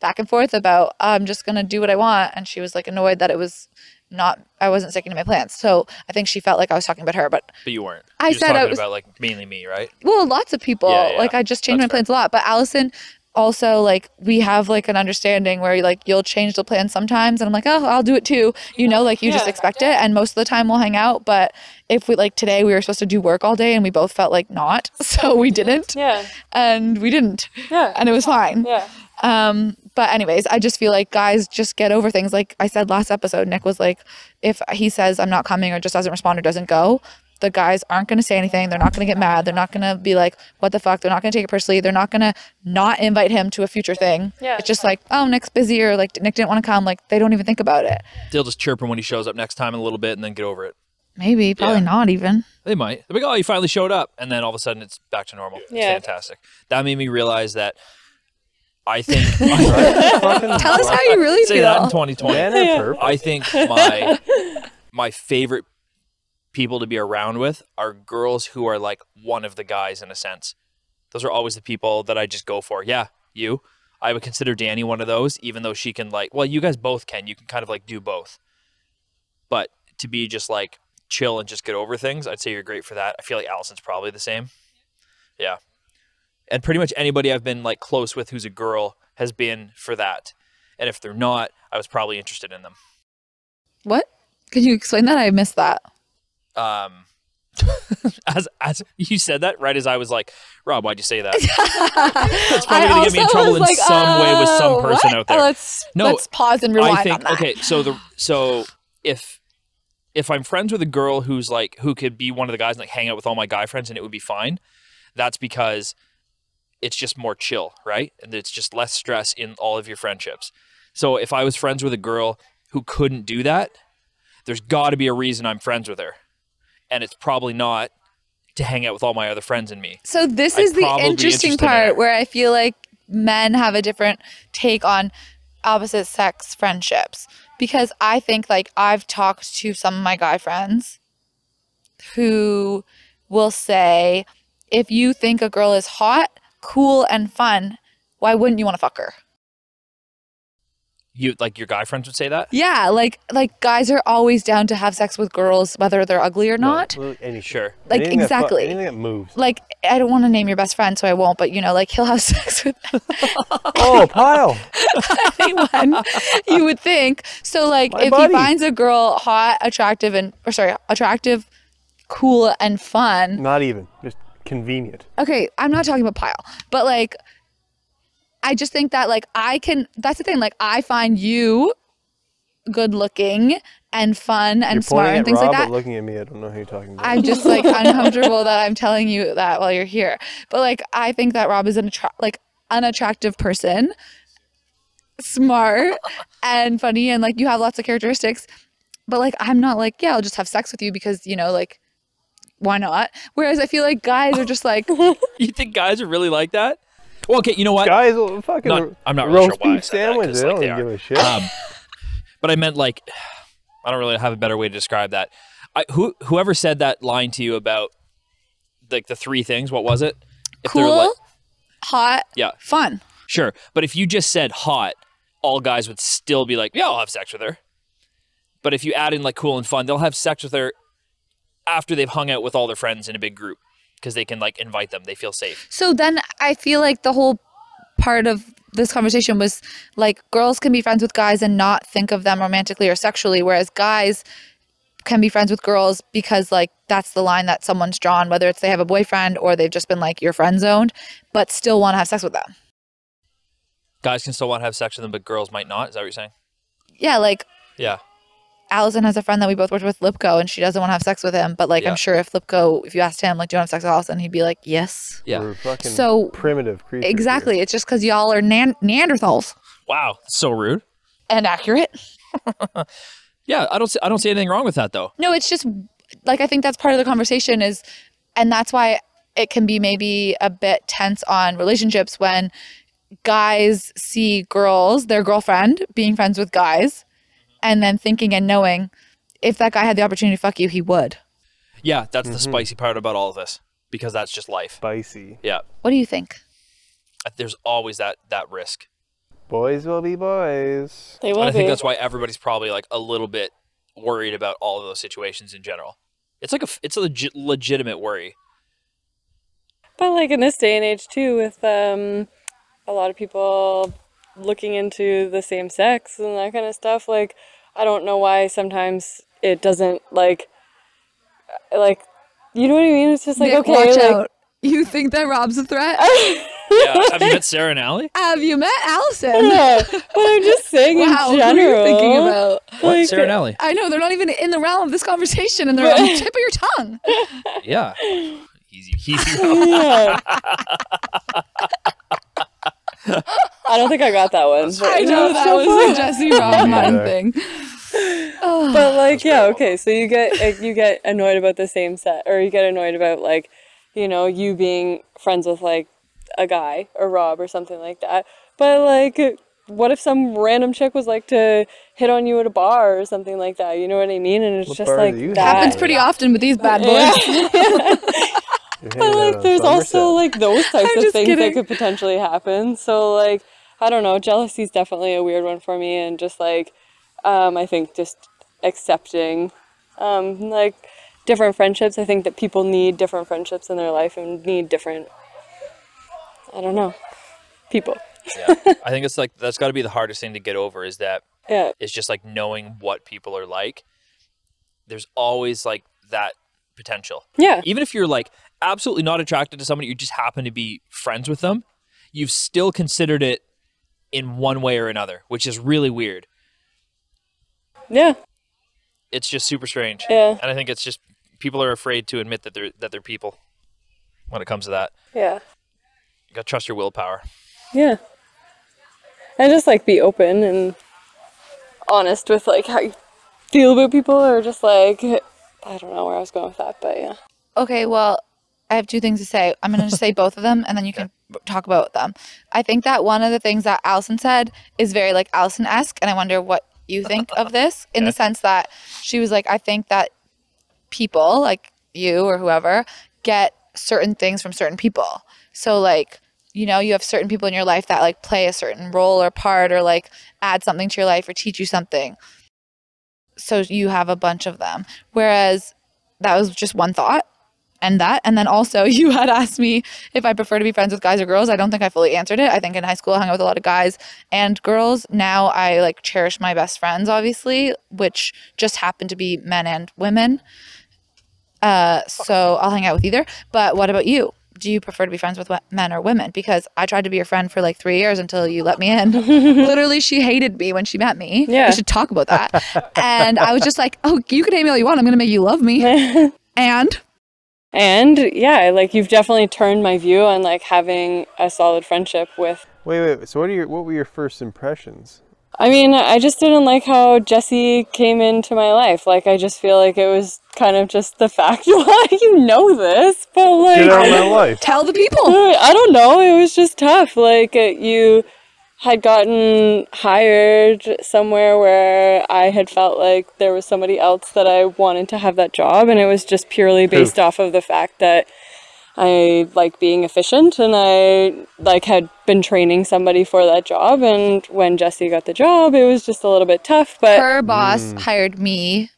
back and forth about I'm just gonna do what I want and she was like annoyed that it was not I wasn't sticking to my plans. So I think she felt like I was talking about her, but
But you weren't.
I
You're just
said I
talking
was-
about like mainly me, right?
well, lots of people.
Yeah, yeah,
like I just changed my
that's
plans a lot. But Allison also like we have like an understanding where like you'll change the plan sometimes and I'm like, Oh, I'll do it too. You know, like you just
Yeah.
expect it and most of the time we'll hang out. But if we like today we were supposed to do work all day and we both felt like not, so we didn't.
yeah,
And we didn't.
yeah,
And it was fine.
yeah.
Um, but anyways, I just feel like guys just get over things. Like I said last episode, Nick was like, if he says I'm not coming or just doesn't respond or doesn't go, the guys aren't gonna say anything. They're not gonna get mad. They're not gonna be like, what the fuck? They're not gonna take it personally. They're not gonna not invite him to a future thing.
Yeah.
It's just like, oh, Nick's busy or like Nick didn't want to come. Like they don't even think about it.
They'll just chirp him when he shows up next time in a little bit, and then get over it.
Maybe, probably
Yeah.
not even.
They might. They're like, oh, you finally showed up. And then all of a sudden it's back to normal. It's
Yeah.
fantastic. That made me realize that I think
Tell us how you really
say that in
feel.
2020.
Man are purple.
I think my my favorite people to be around with are girls who are like one of the guys in a sense. Those are always the people that I just go for. Yeah, you. I would consider Danny one of those, even though she can like well, you guys both can. You can kind of like do both. But to be just like chill and just get over things, I'd say you're great for that. I feel like Allison's probably the same. Yeah. And pretty much anybody I've been like close with who's a girl has been for that. And if they're not, I was probably interested in them.
What? Can you explain that? I missed that.
um as as you said that right as i was like rob why'd you say that
That's
probably gonna get me in trouble in some way with some person out there.
oh, Let's
No,
let's pause and rewind
i
on
think
that.
okay so the so if if i'm friends with a girl who's like who could be one of the guys and like hang out with all my guy friends and it would be fine that's because it's just more chill right and it's just less stress in all of your friendships so if i was friends with a girl who couldn't do that there's got to be a reason i'm friends with her and it's probably not to hang out with all my other friends and me
So this
I'd
is the
probably be
interesting
interested in
part
it.
where I feel like men have a different take on opposite sex friendships because I think like I've talked to some of my guy friends who will say if you think a girl is hot, cool and fun, why wouldn't you want to fuck her?
you like your guy friends would say that
Yeah, like like guys are always down to have sex with girls whether they're ugly or not.
Well, anything.
Sure.
Like,
Anything that fu-
exactly.
anything that moves.
Like I don't want to name your best friend so I won't, but you know, like he'll have sex with
oh, pile.
anyone you would think so like
My
if he
buddy.
finds a girl hot attractive and or sorry attractive cool and fun
Not even. Just convenient.
okay i'm not talking about pile but like i just think that like i can that's the thing like i find you good looking and fun and
You're
smart
pointing
and
at
things
Rob,
like that.
but looking at me, I don't know who you're talking about.
I'm just like uncomfortable that I'm telling you that while you're here. But like I think that Rob is an attra- like unattractive person, smart and funny and like you have lots of characteristics. But like I'm not like, yeah, I'll just have sex with you because, you know, like why not? Whereas I feel like guys are just like
You think guys are really like that? Well, okay, you know what?
Guys, will fucking
Not- I'm not really
roast
sure why I
beef
said that, 'cause,
sandwich. They
like,
don't
they are.
give a shit.
Um, but I meant like, I don't really have a better way to describe that. I, who whoever said that line to you about like the three things, what was it? If they're
cool,
like-
hot,
Yeah.
fun.
sure. But if you just said hot, all guys would still be like, yeah, I'll have sex with her. But if you add in like cool and fun, they'll have sex with her after they've hung out with all their friends in a big group because they can like invite them. They feel safe.
So then I feel like the whole part of this conversation was like girls can be friends with guys and not think of them romantically or sexually, whereas guys can be friends with girls because like that's the line that someone's drawn, whether it's they have a boyfriend or they've just been like you're friend zoned, but still want to have sex with them.
Guys can still want to have sex with them, but girls might not. Is that what you're saying?
Yeah, like
Yeah.
Allison has a friend that we both worked with, Lipko, and she doesn't want to have sex with him. But like
Yeah.
I'm sure if Lipko, if you asked him like, do you want to have sex with Allison, he'd be like, yes.
Yeah.
We're fucking
So-
primitive creatures. here.
Exactly. It's just because y'all are Nan- Neanderthals
Wow. that's so rude.
and accurate.
Yeah. I don't see, I don't see anything wrong with that though.
No, it's just like I think that's part of the conversation is, and that's why it can be maybe a bit tense on relationships when guys see girls, their girlfriend, being friends with guys, and then thinking and knowing if that guy had the opportunity to fuck you, he would.
Yeah, that's the spicy part about all of this because that's just life.
Spicy.
Yeah,
What do you think?
there's always that that risk.
Boys will be boys.
They will
And I think
be.
that's why everybody's probably like a little bit worried about all of those situations in general. It's like a f- it's a legi- legitimate worry.
But like in this day and age too, with um, a lot of people looking into the same sex and that kind of stuff, like I don't know why sometimes it doesn't like, uh, like, you know what I mean? It's just like okay,
watch
like,
out. You think that Rob's a threat?
Yeah, have you met Sarah and Allie?
Have you met Allison?
yeah. But I'm just saying
Wow, who
in
are
general.
you thinking about?
What
Like-
Sarah and Allie?
I know they're not even in the realm of this conversation, and they're on the tip of your tongue.
Yeah, easy, easy.
Yeah. I don't think I got that one. but-
I know that was a Jesse Romine
neither.
thing.
But like, yeah,
pretty
okay. So you get like, you get annoyed about the same set, or you get annoyed about like, you know, you being friends with like a guy or Rob or something like that. But like, what if some random chick was like to hit on you at a bar or something like that? You know what I mean? And it's
What
just
bar
like
do you
that.
Happens pretty often with these bad boys.
You're
But
hanging out
like,
on
there's also like
Somerset.
those types
I'm
of
just
things
kidding.
that could potentially happen. So like, I don't know. Jealousy's definitely a weird one for me, and just like, um, I think just accepting, um, like different friendships. I think that people need different friendships in their life and need different. I don't know, people.
yeah, I think it's like that's got to be the hardest thing to get over is that
Yeah,
it's just like knowing what people are like. There's always like that potential.
yeah,
even if you're like absolutely not attracted to somebody, you just happen to be friends with them, you've still considered it in one way or another, which is really weird.
yeah,
It's just super strange.
yeah,
And I think it's just people are afraid to admit that they're that they're people when it comes to that.
yeah,
You gotta trust your willpower.
yeah. And just like be open and honest with like how you feel about people, or just like I don't know where I was going with that, but yeah.
Okay, well, I have two things to say. I'm going to just say both of them and then you can b- talk about them. I think that one of the things that Allison said is very like Allison esque, and I wonder what you think of this in the sense that she was like, I think that people, like you or whoever, get certain things from certain people. So, like, you know, you have certain people in your life that like play a certain role or part or like add something to your life or teach you something. So you have a bunch of them. Whereas that was just one thought and that and then also you had asked me if i prefer to be friends with guys or girls i don't think i fully answered it i think in high school i hung out with a lot of guys and girls now i like cherish my best friends obviously which just happen to be men and women uh, so i'll hang out with either but what about you do you prefer to be friends with we- men or women? Because I tried to be your friend for like three years until you let me in. Literally, she hated me when she met me.
Yeah.
We should talk about that. and I was just like, oh, you can hate me all you want. I'm going to make you love me. and
and yeah, like you've definitely turned my view on like having a solid friendship with.
Wait, wait. wait, So what are your what were your first impressions?
I mean, I just didn't like how Jesse came into my life. Like, I just feel like it was kind of just the fact. you know this, but like,
Get out of my life.
tell the people.
Uh, I don't know. It was just tough. Like uh, you had gotten hired somewhere where I had felt like there was somebody else that I wanted to have that job, and it was just purely based off of the fact that I like being efficient, and I like had been training somebody for that job. And when Jesse got the job, it was just a little bit tough, but.
Her boss
Mm.
hired me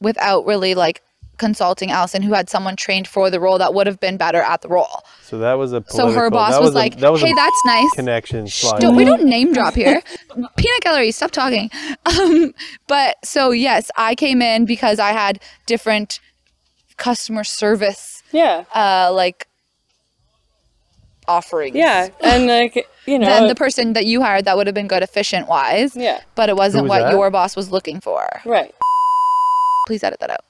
without really like consulting Allison, who had someone trained for the role that would have been better at the role.
So that was a
So
political,
her boss
that
was,
a-
like,
that was a
hey, that's nice.
connection slide.
Don't, we don't name drop here. Peanut gallery, stop talking. Um, but so yes, I came in because I had different customer service
yeah.
uh, like offerings.
Yeah. And like, you know.
Uh,
Than the person that you hired that would have been good efficient wise.
yeah.
But it wasn't
was
what
that?
your boss was looking for.
Right.
Please edit that out.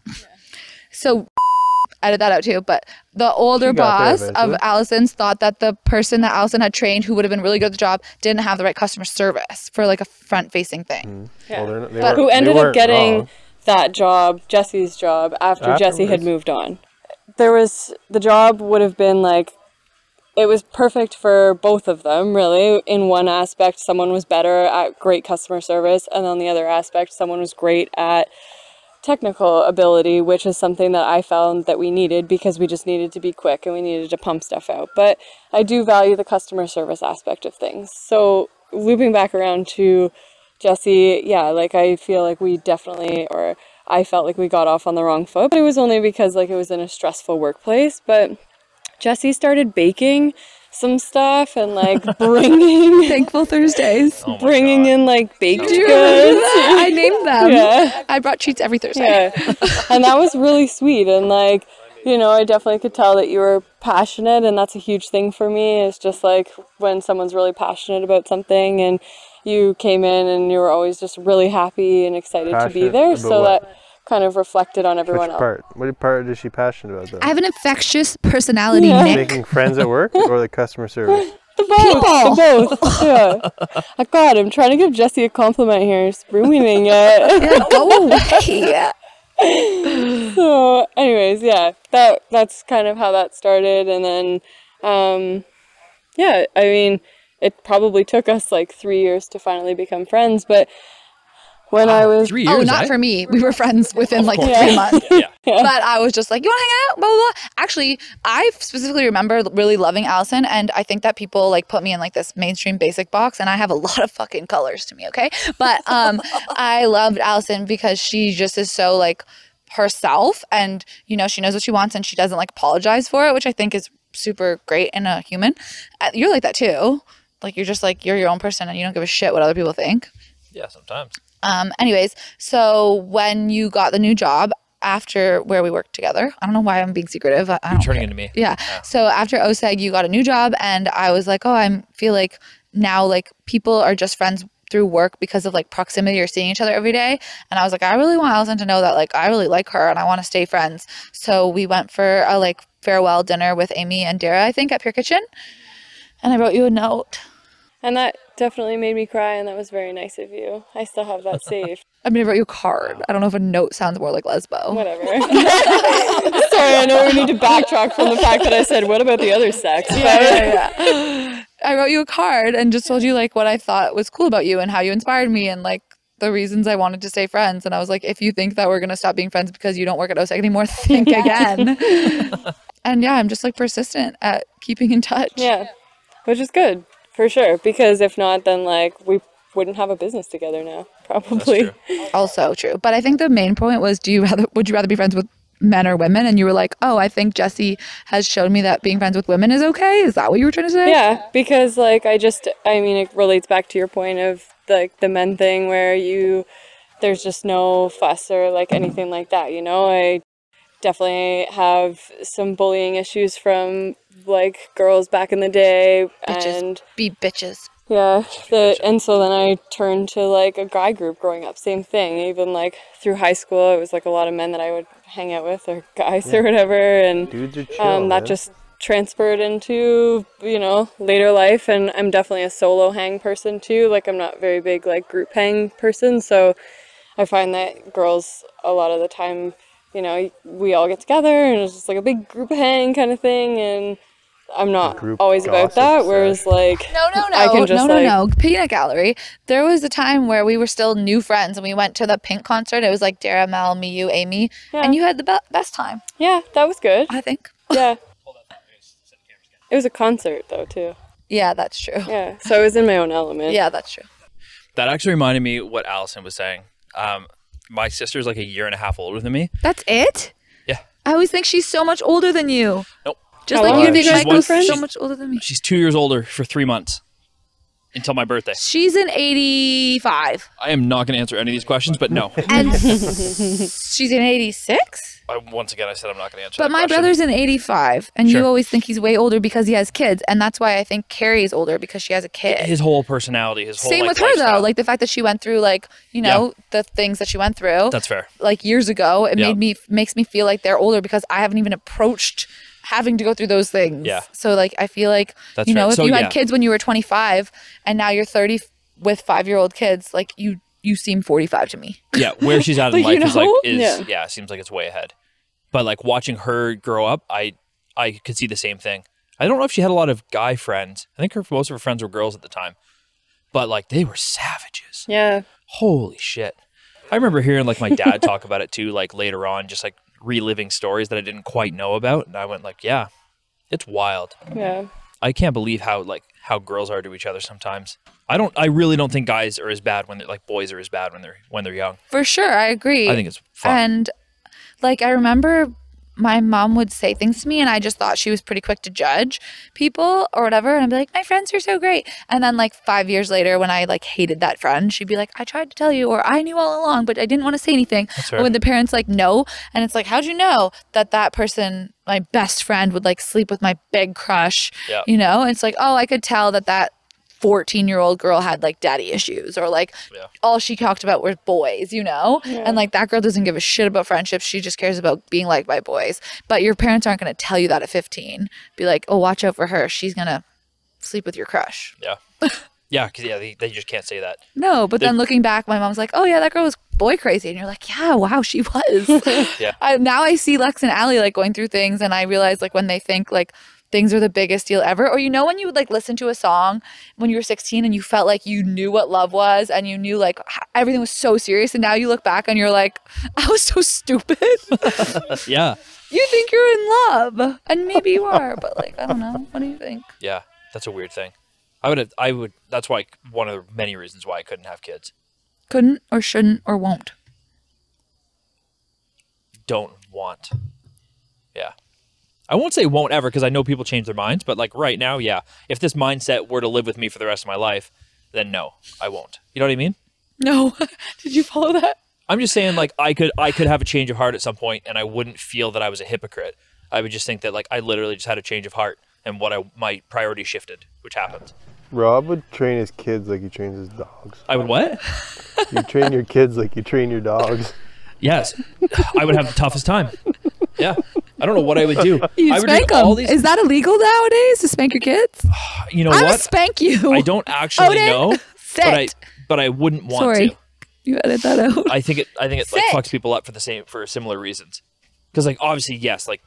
So edit that out too. But the older
She got there
boss of
eventually.
Allison's thought that the person that Allison had trained who would have been really good at the job didn't have the right customer service for like a front facing thing.
Well, they're not- they
But
weren't-
who
they
ended up
weren't Oh.
getting
wrong.
that job, Jesse's job, after Jesse had
Afterwards.
moved on. There was the job would have been like it was perfect for both of them, really. In one aspect, someone was better at great customer service, and on the other aspect, someone was great at technical ability, which is something that I found that we needed because we just needed to be quick and we needed to pump stuff out. But I do value the customer service aspect of things. So, looping back around to Jesse, yeah, like I feel like we definitely, or I felt like we got off on the wrong foot, but it was only because like it was in a stressful workplace. But Jesse started baking some stuff and like bringing
Thankful Thursdays.
bringing in like baked
Do you remember
goods.
that? I named them.
Yeah.
I brought treats every Thursday.
Yeah. and that was really sweet. And like, you know, I definitely could tell that you were passionate, and that's a huge thing for me. It's just like when someone's really passionate about something, and you came in and you were always just really happy and excited to be
Passionate
there.
about
So
what?
that kind of reflected on
Which
everyone else.
part? What part is she passionate about though?
I have an infectious personality,
Yeah.
Nick.
Making friends at work or the customer service?
The both.
People.
The both. Yeah. I God, I'm trying to give Jesse a compliment here. It's ruining it.
Yeah, go away.
so Uh, anyways yeah that that's kind of how that started and then um yeah i mean it probably took us like three years to finally become friends but when i was
Three years.
Oh, not
eh?
for me. We were friends within like
course.
three months.
Yeah.
But I was just like, you want to hang out? Blah, blah, blah. Actually, I specifically remember really loving Allison. And I think that people like put me in like this mainstream basic box. And I have a lot of fucking colors to me. Okay. But um, I loved Allison because she just is so like herself. And, you know, she knows what she wants and she doesn't like apologize for it, which I think is super great in a human. Uh, You're like that too. Like you're just like, you're your own person and you don't give a shit what other people think.
Yeah. Sometimes.
Um, anyways, so when you got the new job after where we worked together, I don't know why I'm being secretive. I, I
You're
don't
turning
care.
into me.
Yeah. So after OSEG, you got a new job, and I was like, oh, I feel like now like people are just friends through work because of like proximity or seeing each other every day. And I was like, I really want Allison to know that like I really like her and I want to stay friends. So we went for a like farewell dinner with Amy and Dara, I think, at Pure Kitchen. And I wrote you a note.
and that definitely made me cry and that was very nice of you i still have that saved
I mean, I wrote you a card. I don't know if a note sounds more like lesbo.
whatever sorry i know we need to backtrack from the fact that i said what about the other sex but
I wrote you a card and just told you like what I thought was cool about you and how you inspired me and like the reasons I wanted to stay friends. And I was like, if you think that we're gonna stop being friends because you don't work at OSEC anymore, think again. and yeah, I'm just like persistent at keeping in touch.
yeah which is good for sure because if not then like we wouldn't have a business together now probably
true.
Also true. But I think the main point was do you rather would you rather be friends with men or women? And you were like, Oh, I think Jesse has shown me that being friends with women is okay. Is that what you were trying to say?
yeah because like i just i mean it relates back to your point of like the men thing where you there's just no fuss or like anything like that you know i definitely have some bullying issues from like girls back in the day
Bitches.
and
Be bitches.
yeah the, and so then i turned to like a guy group growing up same thing even like through high school it was like a lot of men that i would hang out with or guys or whatever and
Dudes are chill.
um, that
man.
just transferred into you know later life and i'm definitely a solo hang person too like i'm not very big like group hang person so i find that girls a lot of the time you know we all get together and it's just like a big group hang kind of thing and i'm not
group
always about
gossip
that
sesh.
whereas like
No, no, no,
I can just,
no,
like-
no, no. Peanut Gallery. There was a time where we were still new friends, and we went to the Pink concert. It was like Dara, Mel, me, you, Amy,
Yeah.
and you had the be- best time,
yeah that was good
I think.
yeah it was a concert though too
Yeah, that's true.
yeah so i was in my own element
Yeah, that's true.
That actually reminded me what Allison was saying. Um, my sister's like a year and a half older than me.
That's it.
Yeah.
I always think she's so much older than you.
Nope.
Just
How
like
long
you
have you
think
guys
Michael's
been
so
friends?
much older than me.
She's two years older for three months until my birthday.
She's an 85,
I am not going to answer any of these questions, but no.
and she's an 86.
I, once again, I said I'm not going to answer.
But
that
my
question.
brother's an 85, and
Sure.
you always think he's way older because he has kids, and that's why I think Carrie's older because she has a kid.
his whole personality, his whole
eh, Same
like,
with her
lifestyle.
though, like the fact that she went through like you
Yeah.
know the things that she went through
that's fair.
like years ago. It
Yeah.
made me makes me feel like they're older because I haven't even approached having to go through those things.
Yeah.
So like I feel like
That's
you know
fair.
if
So,
you
yeah.
had kids when you were 25 and now you're 30 with five year old kids, like you you seem 45 to me.
Yeah, where she's at in
But
life
you
is like
know?
is yeah.
Yeah.
it seems like it's way ahead. But like watching her grow up, I I could see the same thing. I don't know if she had a lot of guy friends. I think her most of her friends were girls at the time. But like they were savages.
yeah
Holy shit. I remember hearing like my dad talk about it too, like later on, just like reliving stories that I didn't quite know about. And I went like, yeah, it's wild.
yeah
I can't believe how like how girls are to each other sometimes. I don't I really don't think guys are as bad when they're like boys are as bad when they're when they're young.
For sure, I agree.
I think it's fun.
And like I remember my mom would say things to me and I just thought she was pretty quick to judge people or whatever and I'd be like my friends are so great. And then like 5 years later when I like hated that friend, she'd be like I tried to tell you or I knew all along but I didn't want to say anything.
fair.
But when the parents like no and it's like how'd you know that that person my best friend would like sleep with my big crush,
Yeah.
you know? And it's like oh I could tell that that 14 year old girl had like daddy issues or like
Yeah.
all she talked about were boys, you know? And like that girl doesn't give a shit about friendships. She just cares about being liked by boys. But your parents aren't going to tell you that at 15. Be like, oh, watch out for her. She's going to sleep with your crush.
Yeah. Yeah, because yeah, they, they just can't say that.
No, but then looking back, my mom's like, oh, yeah, that girl was boy crazy. And you're like, yeah, wow, she was.
Yeah.
I, now I see Lex and Allie like going through things, and I realize like when they think like things are the biggest deal ever, or you know, when you would like listen to a song when you were 16 and you felt like you knew what love was and you knew like h- everything was so serious, and now you look back and you're like, I was so stupid.
Yeah.
you think you're in love, and maybe you are, but like, I don't know. What do you think?
Yeah. That's a weird thing. I would have I would that's why one of the many reasons why I couldn't have kids.
Couldn't, or shouldn't, or won't?
Don't want. Yeah. I won't say won't ever because I know people change their minds, but like right now, yeah. If this mindset were to live with me for the rest of my life, then no, I won't. You know what I mean?
No. Did you follow that?
I'm just saying like I could I could have a change of heart at some point and I wouldn't feel that I was a hypocrite. I would just think that like I literally just had a change of heart and what I my priority shifted, which happened.
Rob would train his kids like he trains his dogs.
I would what?
You train your kids like you train your dogs.
Yes, I would have the toughest time. Yeah, I don't know what I would do. I
You
would
spank
do
them.
all these.
Is that illegal nowadays to spank your kids?
you know
I would
what?
spank you.
I don't actually
Odin,
know,
sit.
but I but I wouldn't want
Sorry.
to.
You edit that out.
I think it I think it like
Sit.
fucks people up for the same for similar reasons. Because like obviously yes, like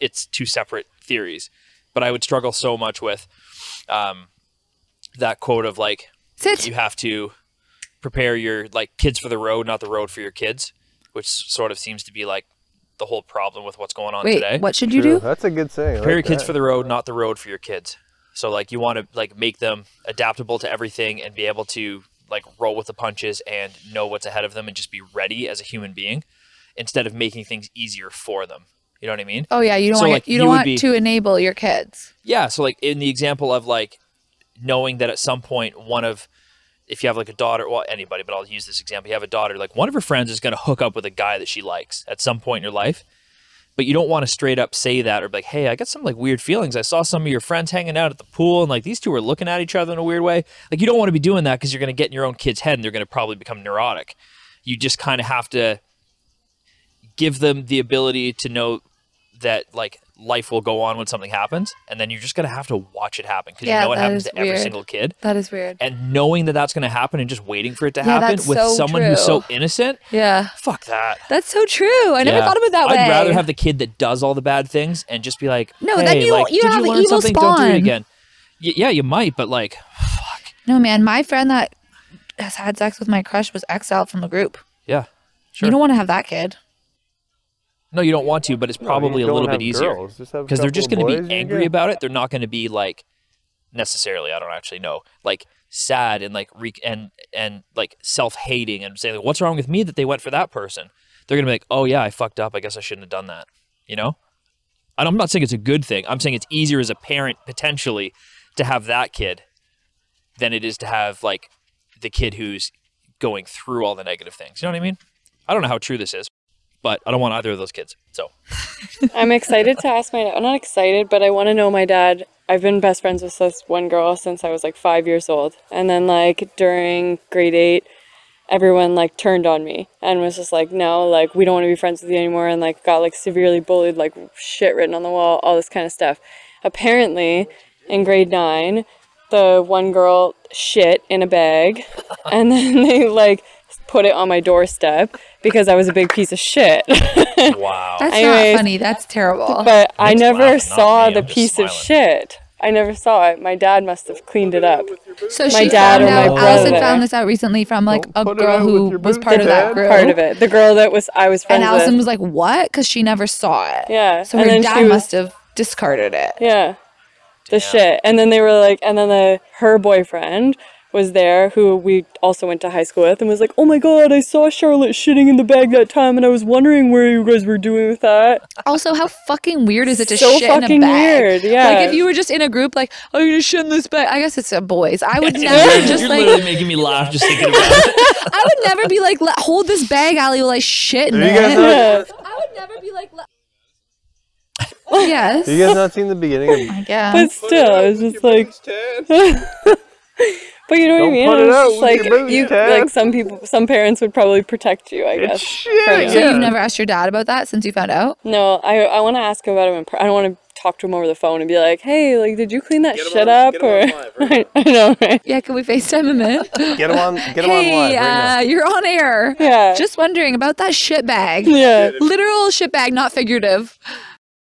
it's two separate theories, but I would struggle so much with um that quote of like
Sit.
you have to prepare your like kids for the road, not the road for your kids, which sort of seems to be like the whole problem with what's going on
Wait,
today.
what should you
True.
do?
That's a good saying. I
prepare your
like
kids
that.
for the road not the road for your kids so like you want to like make them adaptable to everything and be able to like roll with the punches and know what's ahead of them and just be ready as a human being instead of making things easier for them you know what i mean
Oh yeah, you don't
So,
want
like,
you don't
you would
want
be-
to enable your kids.
yeah so like in the example of like knowing that at some point one of if you have like a daughter well anybody but i'll use this example you have a daughter like one of her friends is going to hook up with a guy that she likes at some point in your life but you don't want to straight up say that or be like, hey, I got some like weird feelings. I saw some of your friends hanging out at the pool and like these two were looking at each other in a weird way. Like you don't want to be doing that because you're going to get in your own kid's head and they're going to probably become neurotic. You just kind of have to give them the ability to know that like life will go on when something happens and then you're just going to have to watch it happen because
Yeah,
you know it
that
happens
is
to every
weird.
single kid
That is weird.
and knowing that that's going to happen and just waiting for it to
Yeah,
happen
that's
with
so
someone who's so
true.
innocent
Yeah.
fuck that
That's so true. I never
Yeah.
thought of it that way.
I'd rather have the kid that does all the bad things and just be like,
No,
hey,
then you-
like,
you
did you
have an
learn
evil
something? Don't do it
spawn."
again. Y- yeah, you might, but like,
No, man, my friend that has had sex with my crush was exiled from the group.
yeah, sure.
You don't want to have that kid.
no, you don't want to, but it's probably a little bit easier because
because
they're just going to be angry about it. They're not going to be like necessarily. I don't actually know. Like sad and like re- and and like self hating and saying like, what's wrong with me that they went for that person? They're going to be like, oh yeah, I fucked up. I guess I shouldn't have done that. You know. And I'm not saying it's a good thing. I'm saying it's easier as a parent potentially to have that kid than it is to have like the kid who's going through all the negative things. You know what I mean? I don't know how true this is, but I don't want either of those kids. So
I'm excited to ask my dad. I'm not excited, but I want to know my dad. I've been best friends with this one girl since I was like five years old. And then, like, during grade eight, everyone like turned on me and was just like, no, like, we don't want to be friends with you anymore. And like, got like severely bullied, like, shit written on the wall, all this kind of stuff. Apparently, in grade nine, the one girl shit in a bag and then they like put it on my doorstep because I was a big piece of shit.
wow.
That's
Anyways,
not funny. That's terrible.
But I
Nick's laughing,
never
not
saw
me.
the
I'm just
piece of
smiling.
shit. I never saw it. My dad must have cleaned it up.
So
my
she
dad
found
or my
out. Allison
brother.
found this out recently from like
Don't
a
put it
girl
out with
who
your
was
boot,
part of that
Dad.
group.
Part of it. The girl that was I was friends
And Allison
with.
was like, "What?" Because she never saw it.
Yeah,
So
and
her
then
dad
she was-
must have discarded it.
Yeah. The shit. And then they were like and then the her boyfriend was there who we also went to high school with and was like, "Oh my god, I saw Charlotte shitting in the bag that time and I was wondering where you guys were doing with that."
Also, how fucking weird is it to
So
shit in a
fucking
bag?
weird, yeah.
Like if you were just in a group, like, "Oh, you're gonna shit in this bag." I guess it's a boys. I would never just
You're
like.
literally making me laugh just thinking about it.
I would never be like, "Let- "Hold this bag, Ali," while I shit in
Have you guys
it.
not-
Yeah.
I would never be like. yes.
You guys not seen the beginning of
Yeah.
But still, I was just like But you know what I
Don't
mean?
put
It
it
was
out
just
with
like
your boots,
you,
Dad.
like some people, some parents would probably protect you. I guess.
shit.
so you've never asked your dad about that since you found out?
No, I I want to ask him about him. In per- I don't want to talk to him over the phone and be like, "Hey, like, did you clean that shit up?" Or I know, right?
Yeah, can we FaceTime him in?
Get him on. Get him
hey,
on live right
uh,
now.
you're on air.
Yeah.
Just wondering about that shit bag.
Yeah.
Literal shit bag, not figurative.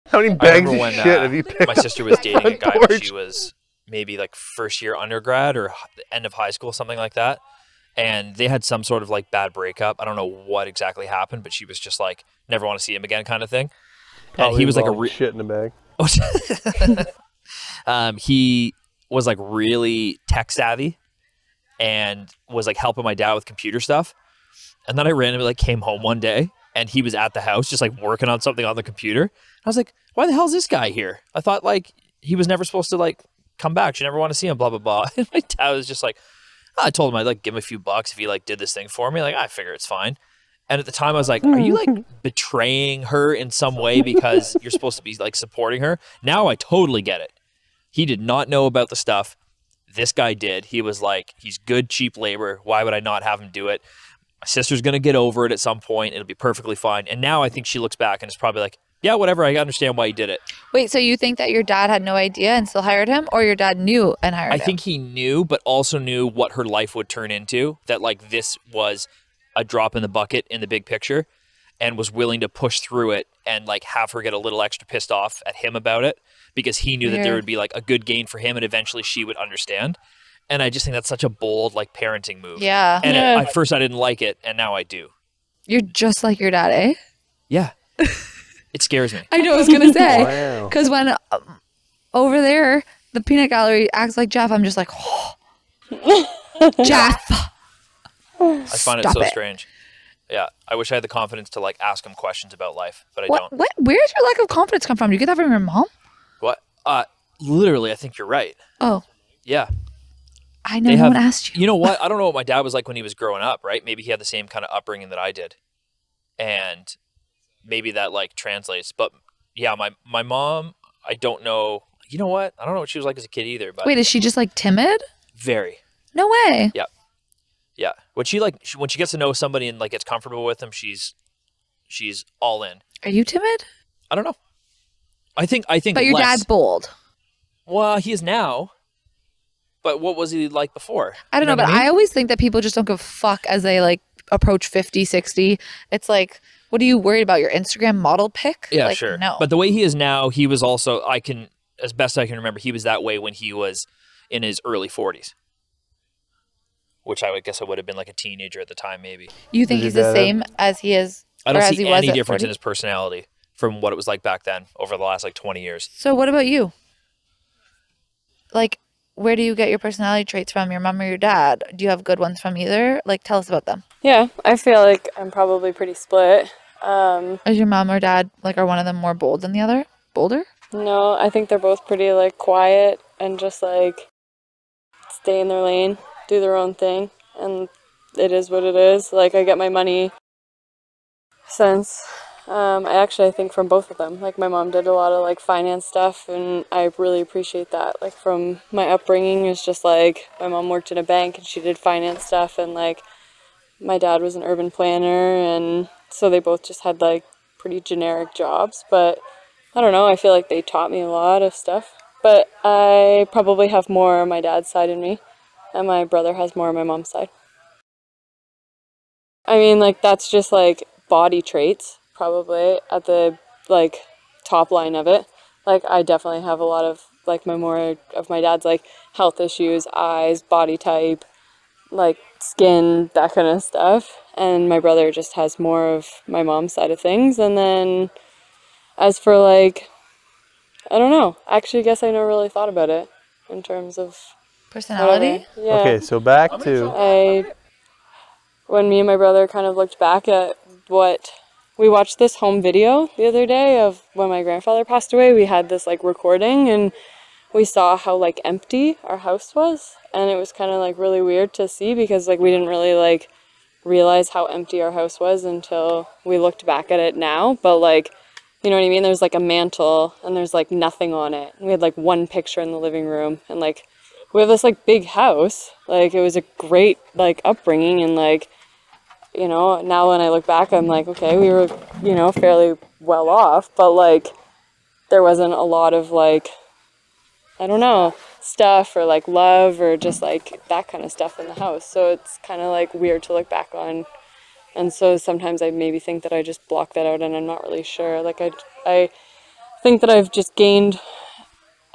How many
I
bags
remember
of
when,
shit
uh,
have you picked
My
up?
sister was dating a guy when she
George.
was maybe like first year undergrad or h- end of high school, something like that. And they had some sort of like bad breakup. I don't know what exactly happened, but she was just like, never want to see him again kind of thing. and he was like a
Probably
re-
shit in a bag.
Oh, um, he was like really tech savvy and was like helping my dad with computer stuff. And then I randomly like came home one day and he was at the house just like working on something on the computer. And I was like, why the hell is this guy here? I thought like he was never supposed to like come back. You never want to see him, blah, blah, blah. And my dad was just like, I told him I'd like give him a few bucks if he like did this thing for me. Like, I figure it's fine. And at the time, I was like, "Are you like betraying her in some way because you're supposed to be like supporting her?" Now I totally get it. He did not know about the stuff. This guy did. He was like, "He's good, cheap labor. Why would I not have him do it?" My sister's gonna get over it at some point. It'll be perfectly fine. And now I think she looks back and is probably like, "Yeah, whatever. I understand why he did it."
Wait, so you think that your dad had no idea and still hired him, or your dad knew and hired
I
him?
think he knew, but also knew what her life would turn into. That like this was a drop in the bucket in the big picture, and was willing to push through it and like have her get a little extra pissed off at him about it because he knew that there
Weird.
would be like a good gain for him, and eventually she would understand. And I just think that's such a bold like parenting move.
Yeah.
And
Yeah.
at, at first I didn't like it, and now I do.
You're just like your dad, eh?
Yeah, it scares me.
I know I was gonna say
Wow.
because when um, over there the peanut gallery acts like Jeff, I'm just like, Jeff.
I find it
Stop
so
it.
strange. Yeah, I wish I had the confidence to like ask him questions about life, but I
What,
don't.
what? Where's your lack of confidence come from? Do you get that from your mom?
What? Uh, literally, I think you're right.
Oh,
Yeah.
I know.
They
No
have-
one asked you.
You know what? I don't know what my dad was like when he was growing up, right? Maybe he had the same kind of upbringing that I did. And maybe that like translates. But yeah, my my mom, I don't know. You know what? I don't know what she was like as a kid either. But
Wait, is she just like timid?
very,
No way.
yeah. When she like she, when she gets to know somebody and like gets comfortable with them, she's she's all in.
Are you timid?
I don't know. I think I think.
But your
less.
dad's bold.
Well, he is now. But what was he like before?
I don't know,
You
but
what
I always think that people just don't give a fuck as they like approach 50, 60. It's like, what are you worried about? Your Instagram model pic?
Yeah,
Like,
sure.
No.
But the way he is now, he was also I can as best I can remember, he was that way when he was in his early forties. Which I would guess I would have been like a teenager at the time, maybe.
you think
Is
he's the
your dad a-
same as he is?
I don't
Or as
see
he was
any
at
difference
40.
in his personality from what it was like back then over the last like twenty years.
So what about you? Like, where do you get your personality traits from? Your mom or your dad? Do you have good ones from either? Like, tell us about them.
Yeah, I feel like I'm probably pretty split. Um,
Is your mom or dad like are one of them more bold than the other? Bolder?
no, I think they're both pretty like quiet and just like stay in their lane, do their own thing, and it is what it is. Like I get my money since um, I actually I think from both of them. Like my mom did a lot of like finance stuff, and I really appreciate that. Like from my upbringing is just like my mom worked in a bank and she did finance stuff, and like my dad was an urban planner, and so they both just had like pretty generic jobs, but. I don't know. I feel like they taught me a lot of stuff, but I probably have more on my dad's side in me, and my brother has more on my mom's side. I mean, like that's just like body traits, probably at the like top line of it. Like I definitely have a lot of like my more of my dad's like health issues, eyes, body type, like skin, that kind of stuff, and my brother just has more of my mom's side of things, and then as for like i don't know actually I guess i never really thought about it in terms of
Personality?
whatever. yeah
Okay, so back to
i when me and my brother kind of looked back at what we watched this home video the other day of when my grandfather passed away we had this like recording and we saw how like empty our house was and it was kind of like really weird to see because like we didn't really like realize how empty our house was until we looked back at it now but like you know what I mean? There's like a mantle and there's like nothing on it. And we had like one picture in the living room and like we have this like big house. Like it was a great like upbringing and like you know, now when I look back I'm like, okay, we were, you know, fairly well off, but like there wasn't a lot of like I don't know, stuff or like love or just like that kind of stuff in the house. So it's kind of like weird to look back on and so sometimes i maybe think that i just block that out and i'm not really sure like i i think that i've just gained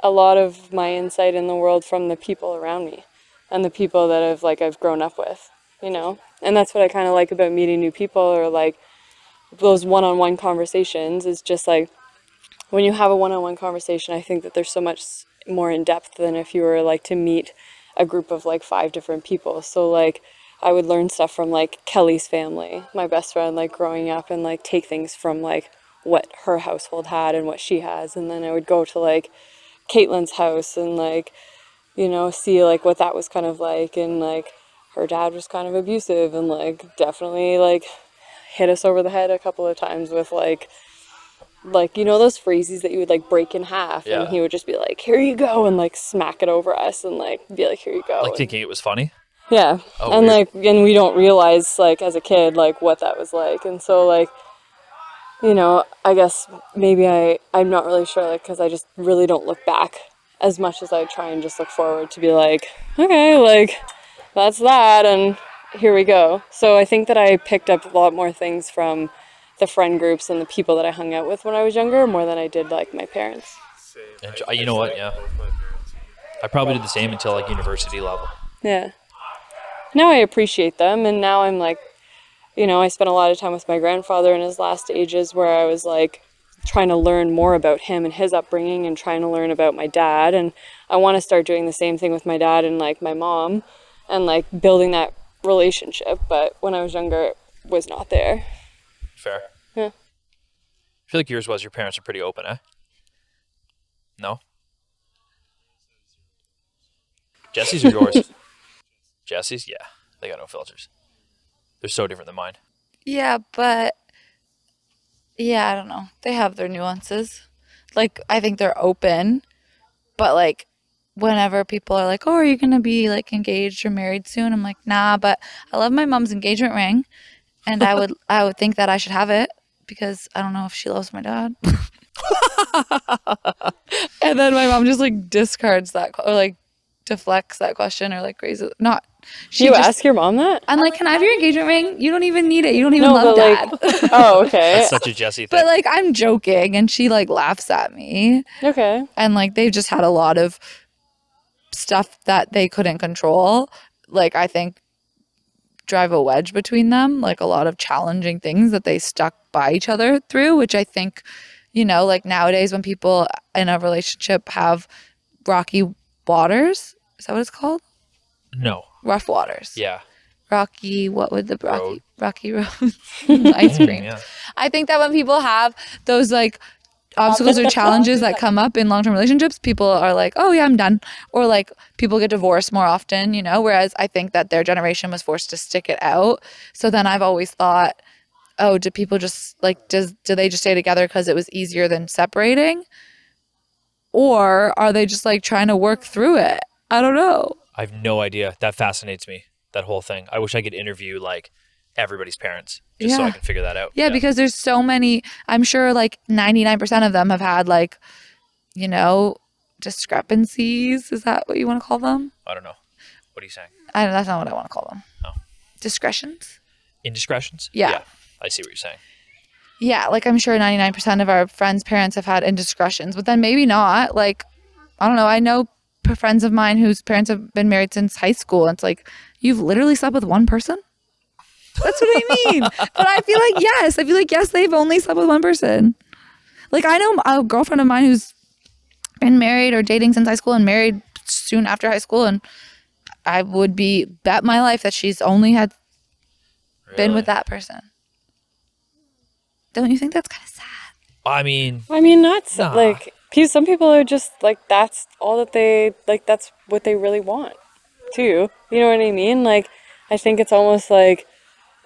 a lot of my insight in the world from the people around me and the people that i've like i've grown up with you know and that's what i kind of like about meeting new people or like those one-on-one conversations is just like when you have a one-on-one conversation i think that there's so much s- more in depth than if you were like to meet a group of like five different people so like i would learn stuff from like kelly's family my best friend like growing up and like take things from like what her household had and what she has and then i would go to like caitlin's house and like you know see like what that was kind of like and like her dad was kind of abusive and like definitely like hit us over the head a couple of times with like like you know those phrases that you would like break in half
Yeah.
and he would just be like here you go and like smack it over us and like be like here you go
Like
and-
thinking it was funny.
yeah.
Oh,
and
weird.
like and we don't realize like as a kid like what that was like. And so like you know, I guess maybe I I'm not really sure like cuz I just really don't look back as much as I try and just look forward to be like, okay, like that's that and here we go. So I think that I picked up a lot more things from the friend groups and the people that I hung out with when I was younger more than I did like my parents.
And j- you know what? Yeah. I probably did the same until like university level.
Yeah. Now I appreciate them, and now I'm like, you know, I spent a lot of time with my grandfather in his last ages where I was like trying to learn more about him and his upbringing and trying to learn about my dad. And I want to start doing the same thing with my dad and like my mom and like building that relationship. But when I was younger, it was not there.
Fair.
Yeah.
I feel like yours was your parents are pretty open, eh? No. Jesse's or yours? Jesse's, yeah. They got no filters. They're so different than mine.
Yeah, but Yeah, I don't know. They have their nuances. Like I think they're open, but like whenever people are like, "Oh, are you going to be like engaged or married soon?" I'm like, "Nah, but I love my mom's engagement ring, and I would I would think that I should have it because I don't know if she loves my dad." and then my mom just like discards that que- or like deflects that question or like raises not she
you
just,
ask your mom that?
I'm like, "Can I have your engagement ring? You don't even need it. You don't even
No,
love dad."
but like, oh, okay,
That's such a Jesse thing.
Eh? but like I'm joking and she like laughs at me
okay.
and like they've just had a lot of stuff that they couldn't control like I think drive a wedge between them like a lot of challenging things that they stuck by each other through which I think you know like nowadays when people in a relationship have rocky waters is that what it's called
no.
rough waters
Yeah.
rocky what would the rocky
Road.
rocky road ice cream
Mm-hmm. Yeah.
I think that when people have those like obstacles or challenges that come up in long term relationships, people are like, oh, yeah, I'm done. Or like people get divorced more often, you know? Whereas I think that their generation was forced to stick it out. So then I've always thought, oh, do people just like, does, do they just stay together because it was easier than separating? Or are they just like trying to work through it? I don't know.
I have no idea. That fascinates me. That whole thing. I wish I could interview like everybody's parents just so I
Yeah.
can figure that out.
Yeah, because there's so many. I'm sure like 99% of them have had like, you know, discrepancies. Is that what you want to call them?
I don't know. What are you saying?
I don't, that's not what I want to call them.
Oh.
Discretions?
Indiscretions?
Yeah.
I see what you're saying.
Yeah, like I'm sure 99% of our friends' parents have had indiscretions, but then maybe not. Like, I don't know. I know p- friends of mine whose parents have been married since high school. And it's like, you've literally slept with one person? That's what I mean. but I feel like, yes. I feel like, yes, they've only slept with one person. Like, I know a girlfriend of mine who's been married or dating since high school and married soon after high school. And I would be bet my life that she's only had been
Really?
with that person. Don't you think that's kind of sad?
I mean,
I mean, not so,
Nah.
like pe- some people are just like that's all that they like. That's what they really want, too. You know what I mean? Like, I think it's almost like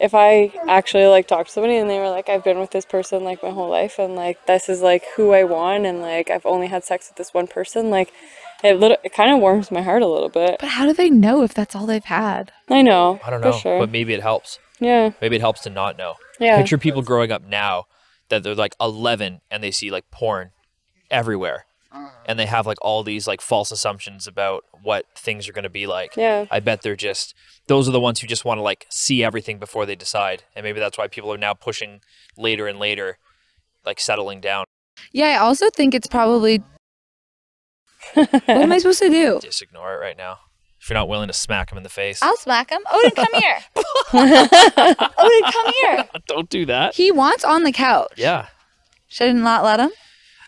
if I actually like talked to somebody and they were like, "I've been with this person like my whole life, and like this is like who I want, and like I've only had sex with this one person," like it little it kind of warms my heart a little bit.
But how do they know if that's all they've had?
I know.
I don't know.
For sure.
But maybe it helps.
yeah.
Maybe it helps to not know.
Yeah.
Picture people growing up now that they're like 11 and they see like porn everywhere. And they have like all these like false assumptions about what things are going to be like.
Yeah.
I bet they're just those are the ones who just want to like see everything before they decide. And maybe that's why people are now pushing later and later like settling down.
Yeah, I also think it's probably. What am I supposed to do?
Just ignore it right now. If you're not willing to smack them in the face.
I'll smack him. Oh, Odin, come here. Odin, come here.
Don't do that.
He wants on the couch.
Yeah.
Should I not let him?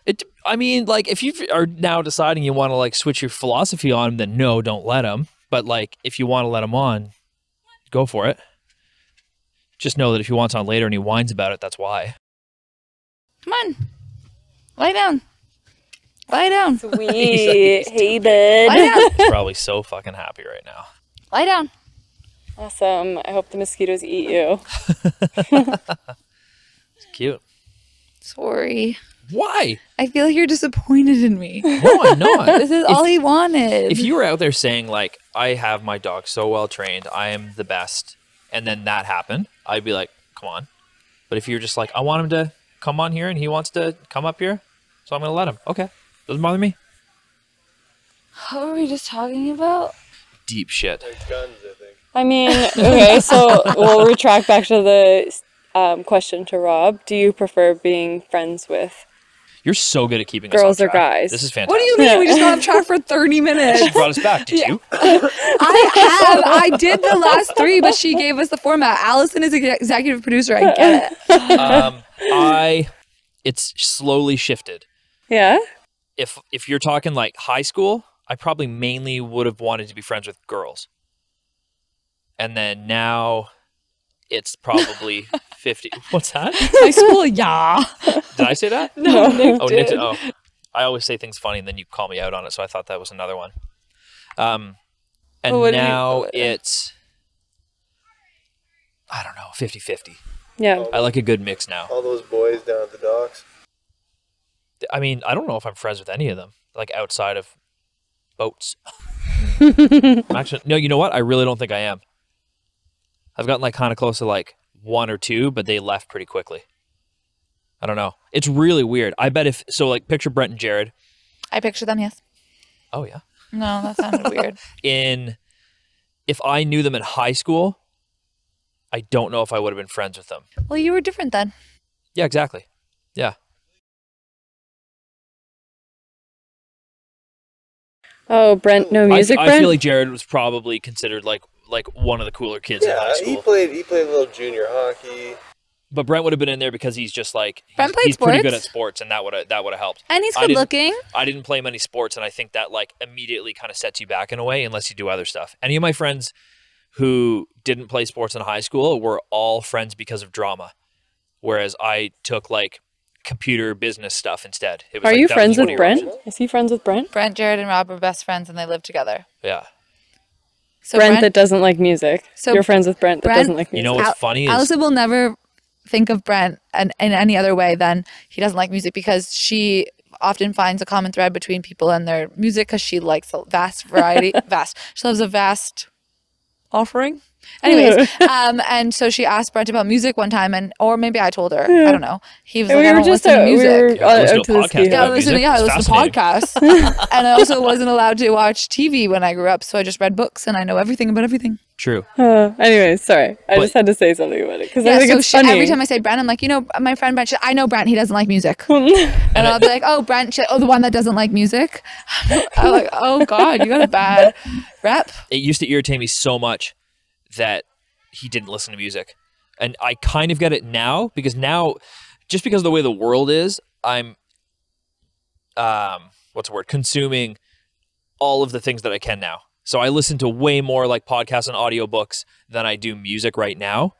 It, I mean, like, if you are now deciding you want to like switch your philosophy on him, then no, don't let him. But like, if you want to let him on, go for it. Just know that if he wants on later and he whines about it, that's why.
Come on. Lie down. Lie down.
Sweet. hey, bud.
Lie down.
He's probably so fucking happy right now.
Lie down.
Awesome. I hope the mosquitoes eat you.
It's cute.
Sorry.
Why?
I feel like you're disappointed in me.
No, I'm not.
This is all he wanted.
if you were out there saying like, I have my dog so well trained, I am the best, and then that happened, I'd be like, come on. But if you're just like, I want him to come on here and he wants to come up here, so I'm gonna let him. Okay, doesn't bother me.
what were we just talking about?
deep shit.
I mean, okay, so we'll retract back to the um, question to Rob. Do you prefer being friends with?
You're so good at keeping
Girls
us on
or
track.
guys?
This is fantastic.
What do you mean? We just got off track for 30 minutes.
She brought us back. Did you?
I have. I did the last three, but she gave us the format. Allison is ex- executive producer. I get it.
Um, I. It's slowly shifted.
Yeah.
If if you're talking like high school, I probably mainly would have wanted to be friends with girls. And then now, it's probably fifty. What's that?
High school, yeah.
Did I say that?
No.
Oh, Nick. Oh, I always say things funny, and then you call me out on it. So I thought that was another one. Um, and
Well, what do you-
now
what-
it's I don't know, 50-50.
Yeah.
I like a good mix now.
All those boys down at the docks.
I mean, I don't know if I'm friends with any of them, like outside of boats. I'm actually, no, you know what? I really don't think I am. I've gotten like kind of close to like one or two, but they left pretty quickly. I don't know. It's really weird. I bet if so, like picture Brent and Jared.
I picture them, yes.
Oh yeah.
No, that sounded weird.
In if I knew them in high school, I don't know if I would have been friends with them.
Well, you were different then.
Yeah, exactly. Yeah.
Oh, Brent, no
I-
music,
I,
Brent.
feel like Jared was probably considered like like one of the cooler kids in high
Yeah,
school.
he played. He played a little junior hockey.
but Brent would have been in there because he's just like he's-
Brent played
he's pretty good
sports.
at sports, and that would have that would have helped.
And he's
I
good
didn't-
looking.
I didn't play many sports, and I think that like immediately kind of sets you back in a way, unless you do other stuff. Any of my friends who didn't play sports in high school were all friends because of drama, whereas I took like computer business stuff instead. It was,
Are
like,
you
that was
friends
one
with
of your
Brent?
options.
Is he friends with Brent?
Brent, Jared, and Rob were best friends and they live together.
Yeah.
So
Brent, that doesn't like music.
So
You're friends with Brent that
Brent-
doesn't like
You
music.
know what's
Al-
funny is
Allison will never think of Brent and in any other way than he doesn't like music because she often finds a common thread between people and their music because she likes a vast variety. vast. She loves a vast offering. Anyways, um, and so she asked Brent about music one time, and or maybe I told her. I don't know. He was
And
like,
we
I
were
don't
just
listen to
out, we
music.
were uh,
Yeah,
out,
listen
out
to
to
a
the
podcast.
ski.
Yeah,
Yeah, I
about
listen,
music.
yeah, I
It's
listen to podcasts. and I also wasn't allowed to watch TV when I grew up, so I just read books and I know everything about everything.
true.
Uh, anyway, sorry. I
But-
just had to say something about it because I
Yeah,
think
so
it's
she,
funny.
every time I say Brent, I'm like, you know, my friend Brent, she- I know Brent, he doesn't like music. And I'll be like, oh, Brent, she- oh, the one that doesn't like music. I'm like, oh, God, you got a bad rep.
it used to irritate me so much that he didn't listen to music. And I kind of get it now because now just because of the way the world is, I'm um what's the word? consuming all of the things that I can now. So I listen to way more like podcasts and audiobooks than I do music right now,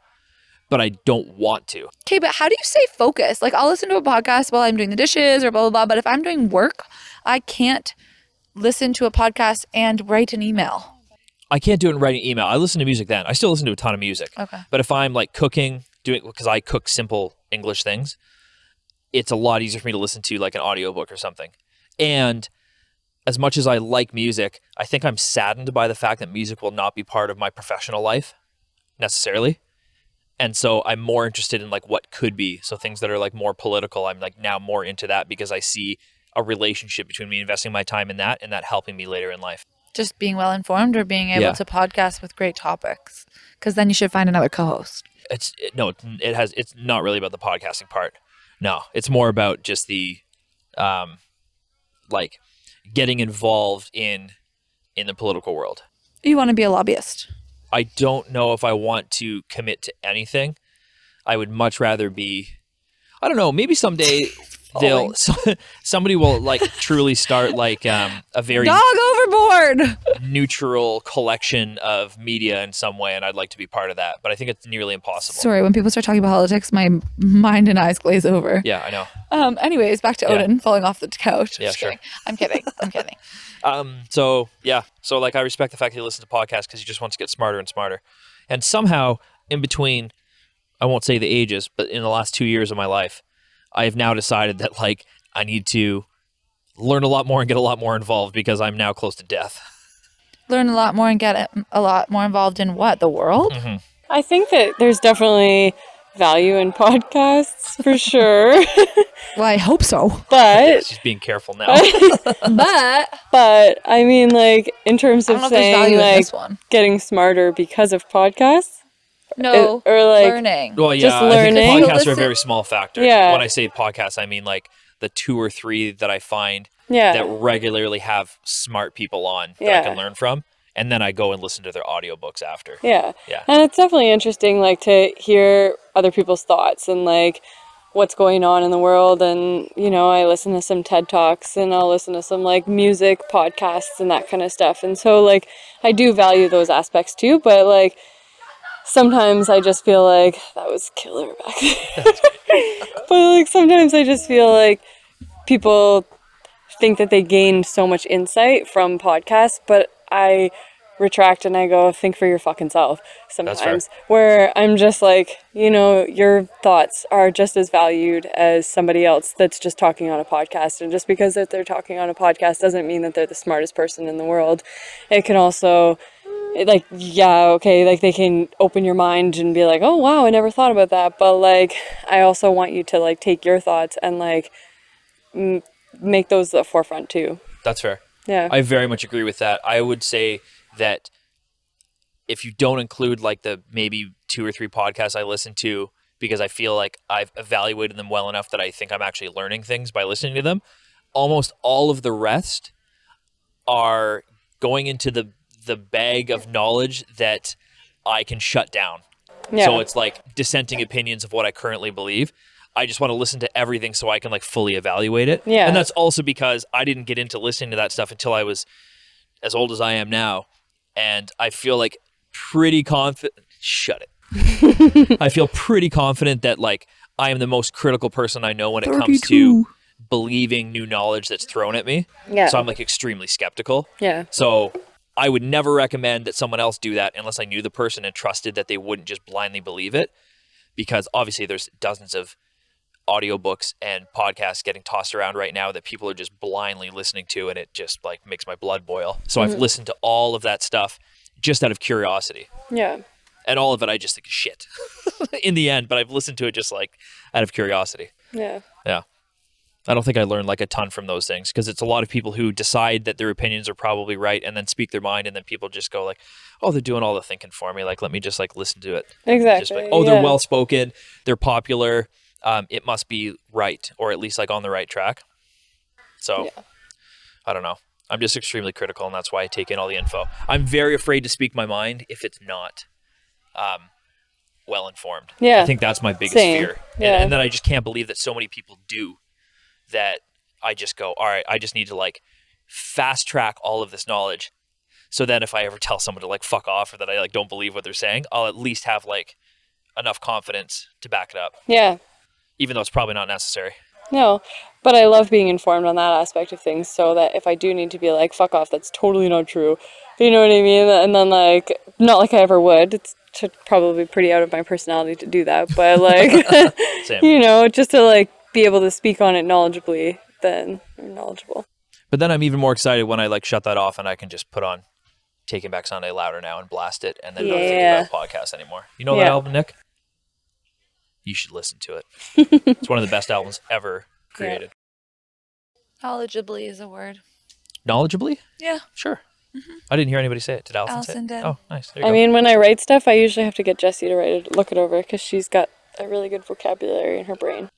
but I don't want to.
Okay, but how do you stay focused? Like, I'll listen to a podcast while I'm doing the dishes or blah, blah, blah. But if I'm doing work, I can't listen to a podcast and write an email.
I can't do it in writing email. I listen to music then. I still listen to a ton of music.
Okay.
But if I'm like cooking, doing because I cook simple English things, it's a lot easier for me to listen to like an audiobook or something. And as much as I like music, I think I'm saddened by the fact that music will not be part of my professional life necessarily. And so I'm more interested in like what could be. So things that are like more political, I'm like now more into that because I see a relationship between me investing my time in that and that helping me later in life.
Just being well informed or being able
Yeah.
to podcast with great topics. Because then you should find another co host.
it's it, no it, it has it's not really about the podcasting part no it's more about just the um like getting involved in in the political world
You want to be a lobbyist.
i don't know if i want to commit to anything i would much rather be i don't know maybe someday they'll somebody will like truly start like um a very
Dog overboard!
neutral collection of media in some way and i'd like to be part of that but i think it's nearly impossible
Sorry, when people start talking about politics, my mind and eyes glaze over.
yeah i know
Um. Anyways, back to
Yeah.
Odin falling off the couch.
Yeah,
Just
sure.
kidding. I'm kidding. I'm kidding.
Um, so yeah, so like I respect the fact that he listens to podcasts because he just wants to get smarter and smarter. And somehow, in between, I won't say the ages, but in the last two years of my life, I have now decided that like I need to learn a lot more and get a lot more involved because I'm now close to death.
Learn a lot more and get a lot more involved in what the world.
Mm.
I think that there's definitely value in podcasts for sure,
Well, I hope so.
but
Just being careful now.
But
but I mean, like in terms
I
of
don't know if there's value
saying
in
like
this one.
getting smarter because of podcasts,
No,
or like-
learning.
Well, yeah,
Just
I
learning.
think podcasts are a
Listen-
very small factor.
Yeah.
When I say podcasts, I mean like the two or three that I find
yeah,
that regularly have smart people on that I
Yeah.
can learn from, and then I go and listen to their audiobooks after.
yeah,
Yeah.
and it's definitely interesting, like to hear other people's thoughts and like what's going on in the world, and you know, I listen to some TED talks and I'll listen to some like music podcasts and that kind of stuff, and so like I do value those aspects too, but like. Sometimes I just feel like that was killer back then. but like sometimes I just feel like people think that they gain so much insight from podcasts, but I retract and I go, think for your fucking self
fair.
sometimes. Where I'm just like, you know, your thoughts are just as valued as somebody else that's just talking on a podcast. And just because that they're talking on a podcast doesn't mean that they're the smartest person in the world. It can also it, like yeah okay like they can open your mind and be like oh wow i never thought about that but like i also want you to like take your thoughts and like m- make those the forefront too
That's fair.
yeah
I very much agree with that. I would say that if you don't include like the maybe two or three podcasts I listen to because I feel like I've evaluated them well enough that I think I'm actually learning things by listening to them, almost all of the rest are going into the the bag of knowledge that I can shut down.
yeah
So it's like dissenting opinions of what I currently believe. I just want to listen to everything so I can like fully evaluate it.
Yeah.
And that's also because I didn't get into listening to that stuff until I was as old as I am now. And I feel like pretty confident. Shut it. I feel pretty confident that like I am the most critical person I know when it comes to believing new knowledge that's thrown at me.
yeah
So I'm like extremely skeptical.
yeah
So I would never recommend that someone else do that unless I knew the person and trusted that they wouldn't just blindly believe it. Because obviously there's dozens of audiobooks and podcasts getting tossed around right now that people are just blindly listening to and it just like makes my blood boil. So I've listened to all of that stuff just out of curiosity.
yeah
And all of it I just think is shit in the end, but I've listened to it just like out of curiosity.
yeah
I don't think I learned like a ton from those things because it's a lot of people who decide that their opinions are probably right and then speak their mind, and then people just go like, "Oh, they're doing all the thinking for me. Like, let me just like listen to it. Just
exactly
like, oh, they're
yeah.
well spoken, they're popular. Um, it must be right, or at least like on the right track." So, I don't know. I'm just extremely critical, and that's why I take in all the info. I'm very afraid to speak my mind if it's not um, well informed.
Yeah.
I think that's my biggest
Same.
fear, and,
Yeah.
and then I just can't believe that so many people do that. I just go, all right, I just need to like fast track all of this knowledge, so then if I ever tell someone to like fuck off or that I like don't believe what they're saying, I'll at least have like enough confidence to back it up,
yeah
even though it's probably not necessary.
no but i love being informed on that aspect of things so that if i do need to be like fuck off that's totally not true but you know what i mean and then like not like i ever would it's t- probably pretty out of my personality to do that but like
Same.
you know, just to like be able to speak on it knowledgeably, then you're knowledgeable.
But then I'm even more excited when I like shut that off and I can just put on Taking Back Sunday louder now and blast it and then not
Yeah.
think about podcasts anymore. You know that
Yeah.
album, Nick? You should listen to it. it's one of the best albums ever created.
Knowledgeably is a word.
Knowledgeably?
Yeah.
Sure. I didn't hear anybody say it. Did Allison, say
Allison
it?
did.
Oh, nice. There you
Mm-hmm. I
go.
mean, when I write stuff, I usually have to get Jessie to write it, look it over, because she's got a really good vocabulary in her brain.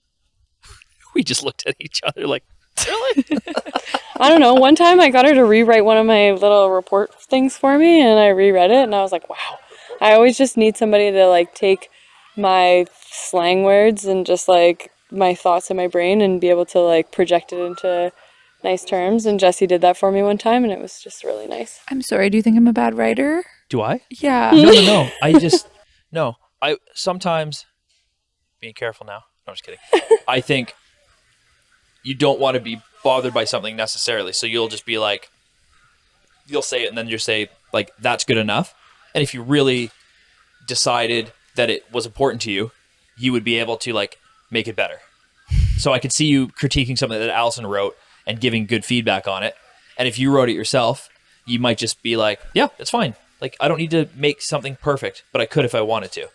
we just looked at each other like, really?
I don't know. One time, I got her to rewrite one of my little report things for me, and I reread it, and I was like, wow. I always just need somebody to like take my slang words and just like my thoughts in my brain and be able to like project it into nice terms. And Jessie did that for me one time, and it was just really nice.
I'm sorry. Do you think I'm a bad writer?
Do I?
Yeah.
No, no, no. I just no. I sometimes being careful now. No, I'm just kidding. I think you don't want to be bothered by something necessarily, so you'll just be like, you'll say it, and then you say like, "That's good enough." And if you really decided that it was important to you, you would be able to like make it better. So I could see you critiquing something that Allison wrote and giving good feedback on it. And if you wrote it yourself, you might just be like, yeah, it's fine. Like, I don't need to make something perfect, but I could if I wanted to.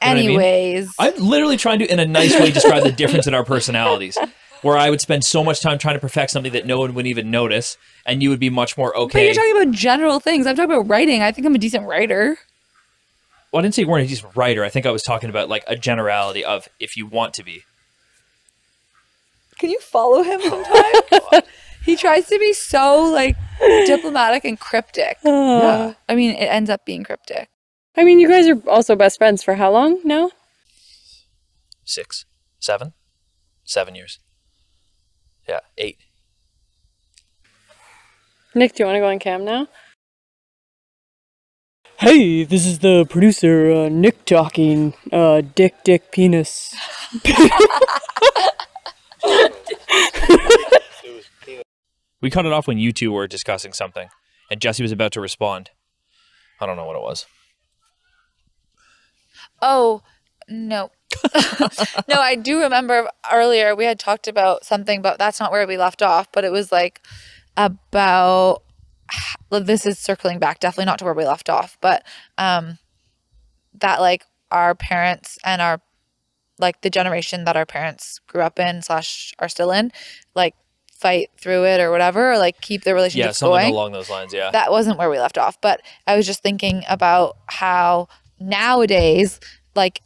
I mean?
Anyways,
I'm literally trying to, in a nice way, describe the difference in our personalities, where I would spend so much time trying to perfect something that no one would even notice, and you would be much more
but
okay.
you're talking about general things. I'm talking about writing. I think I'm a decent writer.
well, I didn't say you weren't a decent writer. I think I was talking about like a generality of if you want to be.
Can you follow him sometime? he tries to be so like diplomatic and cryptic.
Yeah.
I mean, it ends up being cryptic.
I mean, you guys are also best friends for how long now?
Six, seven, seven years. Yeah, eight.
Nick, do you want to go on cam now? Hey, this is the producer, uh, Nick talking. Uh, dick, dick, penis.
We cut it off when you two were discussing something, and Jesse was about to respond. I don't know what it was.
Oh, no. no, I do remember earlier we had talked about something, but that's not where we left off. But it was like about well, this is circling back, definitely not to where we left off, but um, that like our parents and our like the generation that our parents grew up in slash are still in, like fight through it or whatever, or like keep their
Yeah,
relationships
something
going
along those lines. Yeah.
that wasn't where we left off but i was just thinking about how nowadays like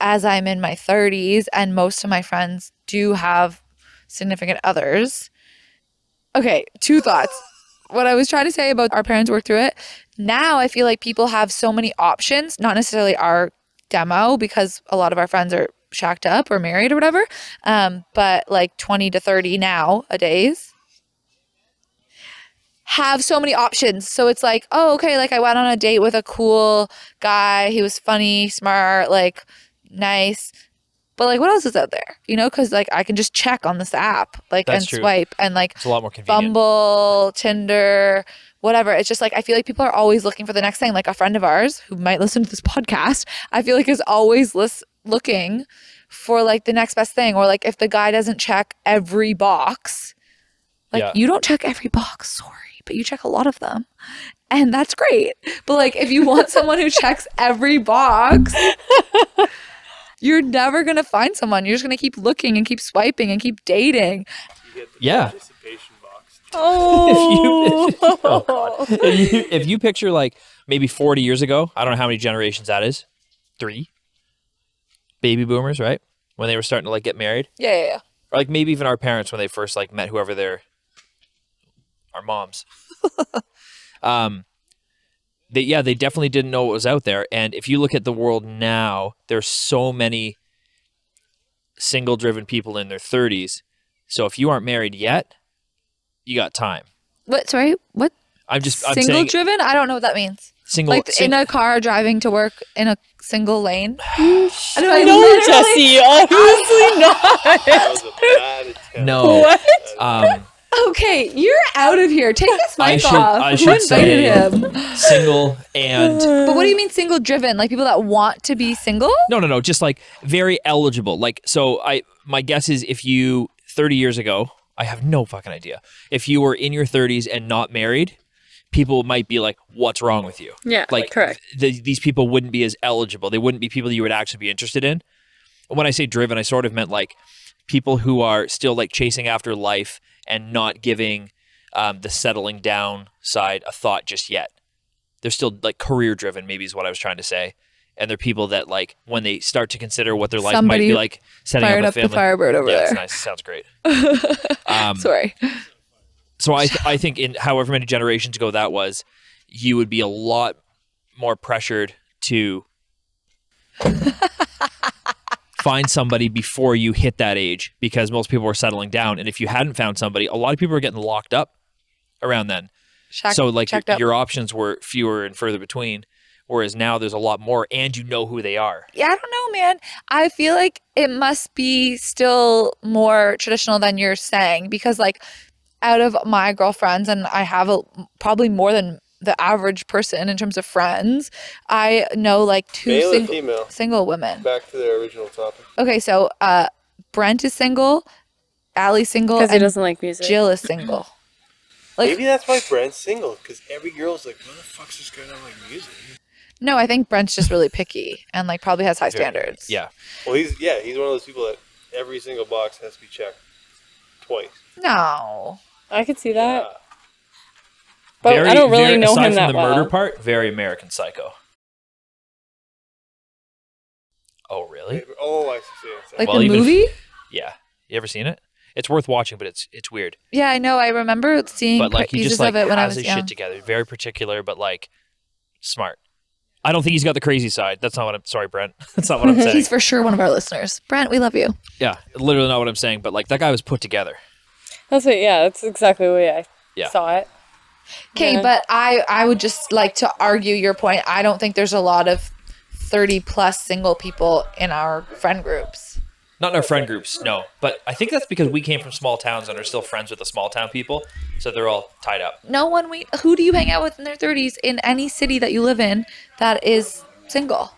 as i'm in my 30s and most of my friends do have significant others okay two thoughts what i was trying to say about our parents work through it now i feel like people have so many options not necessarily our demo because a lot of our friends are shacked up or married or whatever um, but like 20 to 30 now a days have so many options. So it's like, oh, okay, like I went on a date with a cool guy. He was funny, smart, like nice. But like, what else is out there? You know, because like I can just check on this app, like
That's
and
true.
swipe and like
It's a lot more convenient.
Bumble, Tinder, whatever. It's just like I feel like people are always looking for the next thing. Like a friend of ours who might listen to this podcast, I feel like is always lis- looking for like the next best thing, or like if the guy doesn't check every box, like
Yeah.
you don't check every box. Sorry, but you check a lot of them. And that's great. But like if you want someone who checks every box, you're never going to find someone. You're just going to keep looking and keep swiping and keep dating.
Yeah.
Oh,
If you, oh God. If you, if you picture like maybe 40 years ago, I don't know how many generations that is. Three. Baby boomers, right? When they were starting to like get married.
Yeah, yeah, yeah.
Or like maybe even our parents when they first like met whoever their our moms. um they yeah, they definitely didn't know what was out there. And if you look at the world now, there's so many single driven people in their thirties. So if you aren't married yet, you got time.
What? Sorry. What?
I'm just I'm
single
saying
driven? I don't know what that means.
single
like
sing-
in a car driving to work in a single lane. I know. I
no,
literally-
Jesse, obviously not.
That was a bad attempt.
no.
What?
Um,
Okay, you're out of here. Take this mic
I should-
off.
I
Who
should
invited
say-
him?
single and
But what do you mean single driven? Like people that want to be single?
No, no, no. Just like very eligible. Like so, I my guess is if you thirty years ago, I have no fucking idea. If you were in your thirties and not married, people might be like, "What's wrong with you?"
Yeah,
Like
correct.
th- these people wouldn't be as eligible. They wouldn't be people you would actually be interested in. And when I say driven, I sort of meant like people who are still like chasing after life and not giving um, the settling down side a thought just yet. They're still like career driven, maybe is what I was trying to say. And they're people that like when they start to consider what their life might
Somebody
be like, setting up
Fired
a
up the
family.
firebird over
yeah, it's
there.
nice. Sounds great. Um,
Sorry.
so I, I think in however many generations ago that was, you would be a lot more pressured to find somebody before you hit that age because most people were settling down. And if you hadn't found somebody, a lot of people were getting locked up around then.
Shack-
so like your,
checked up.
your options were fewer and further between. Whereas now there's a lot more and you know who they are.
yeah, I don't know, man. I feel like it must be still more traditional than you're saying because, like, out of my girlfriends, and I have a, probably more than the average person in terms of friends, I know like two
Male or
single
female?
single women.
Back to their original topic.
Okay, so uh, Brent is single, Allie's single,
Because he
and
doesn't like music.
Jill is single. Like,
Maybe that's why Brent's single, because every girl's like, "What the fuck's this guy not like music?"
no, I think Brent's just really picky and like probably has high standards.
Yeah.
Well, he's yeah, he's one of those people that every single box has to be checked twice.
No.
I could
Uh,
see that,
Yeah.
but
Very-
I don't really
very-
know
aside
him
from
that
the
well.
murder part, very American psycho. Oh really?
Oh, I see. I see.
Like
Well,
the
even if-
movie?
Yeah. You ever seen it? It's worth watching, but it's it's weird.
Yeah, I know. I remember seeing
But like
quick
he
pieces
just like
of it
has
when I was
his
young.
shit together. Very particular, but like smart. I don't think he's got the crazy side. That's not what I'm sorry, Brent. That's not what I'm saying.
He's for sure one of our listeners. Brent, we love you.
yeah. Literally not what I'm saying, but like that guy was put together.
That's it. Yeah, that's exactly the way I
Yeah.
saw it.
Okay,
Yeah.
but I I would just like to argue your point. I don't think there's a lot of 30 plus single people in our friend groups.
Not in our friend groups, no. But I think that's because we came from small towns and are still friends with the small town people, so they're all tied up.
No one we who do you hang out with in their 30s in any city that you live in that is single?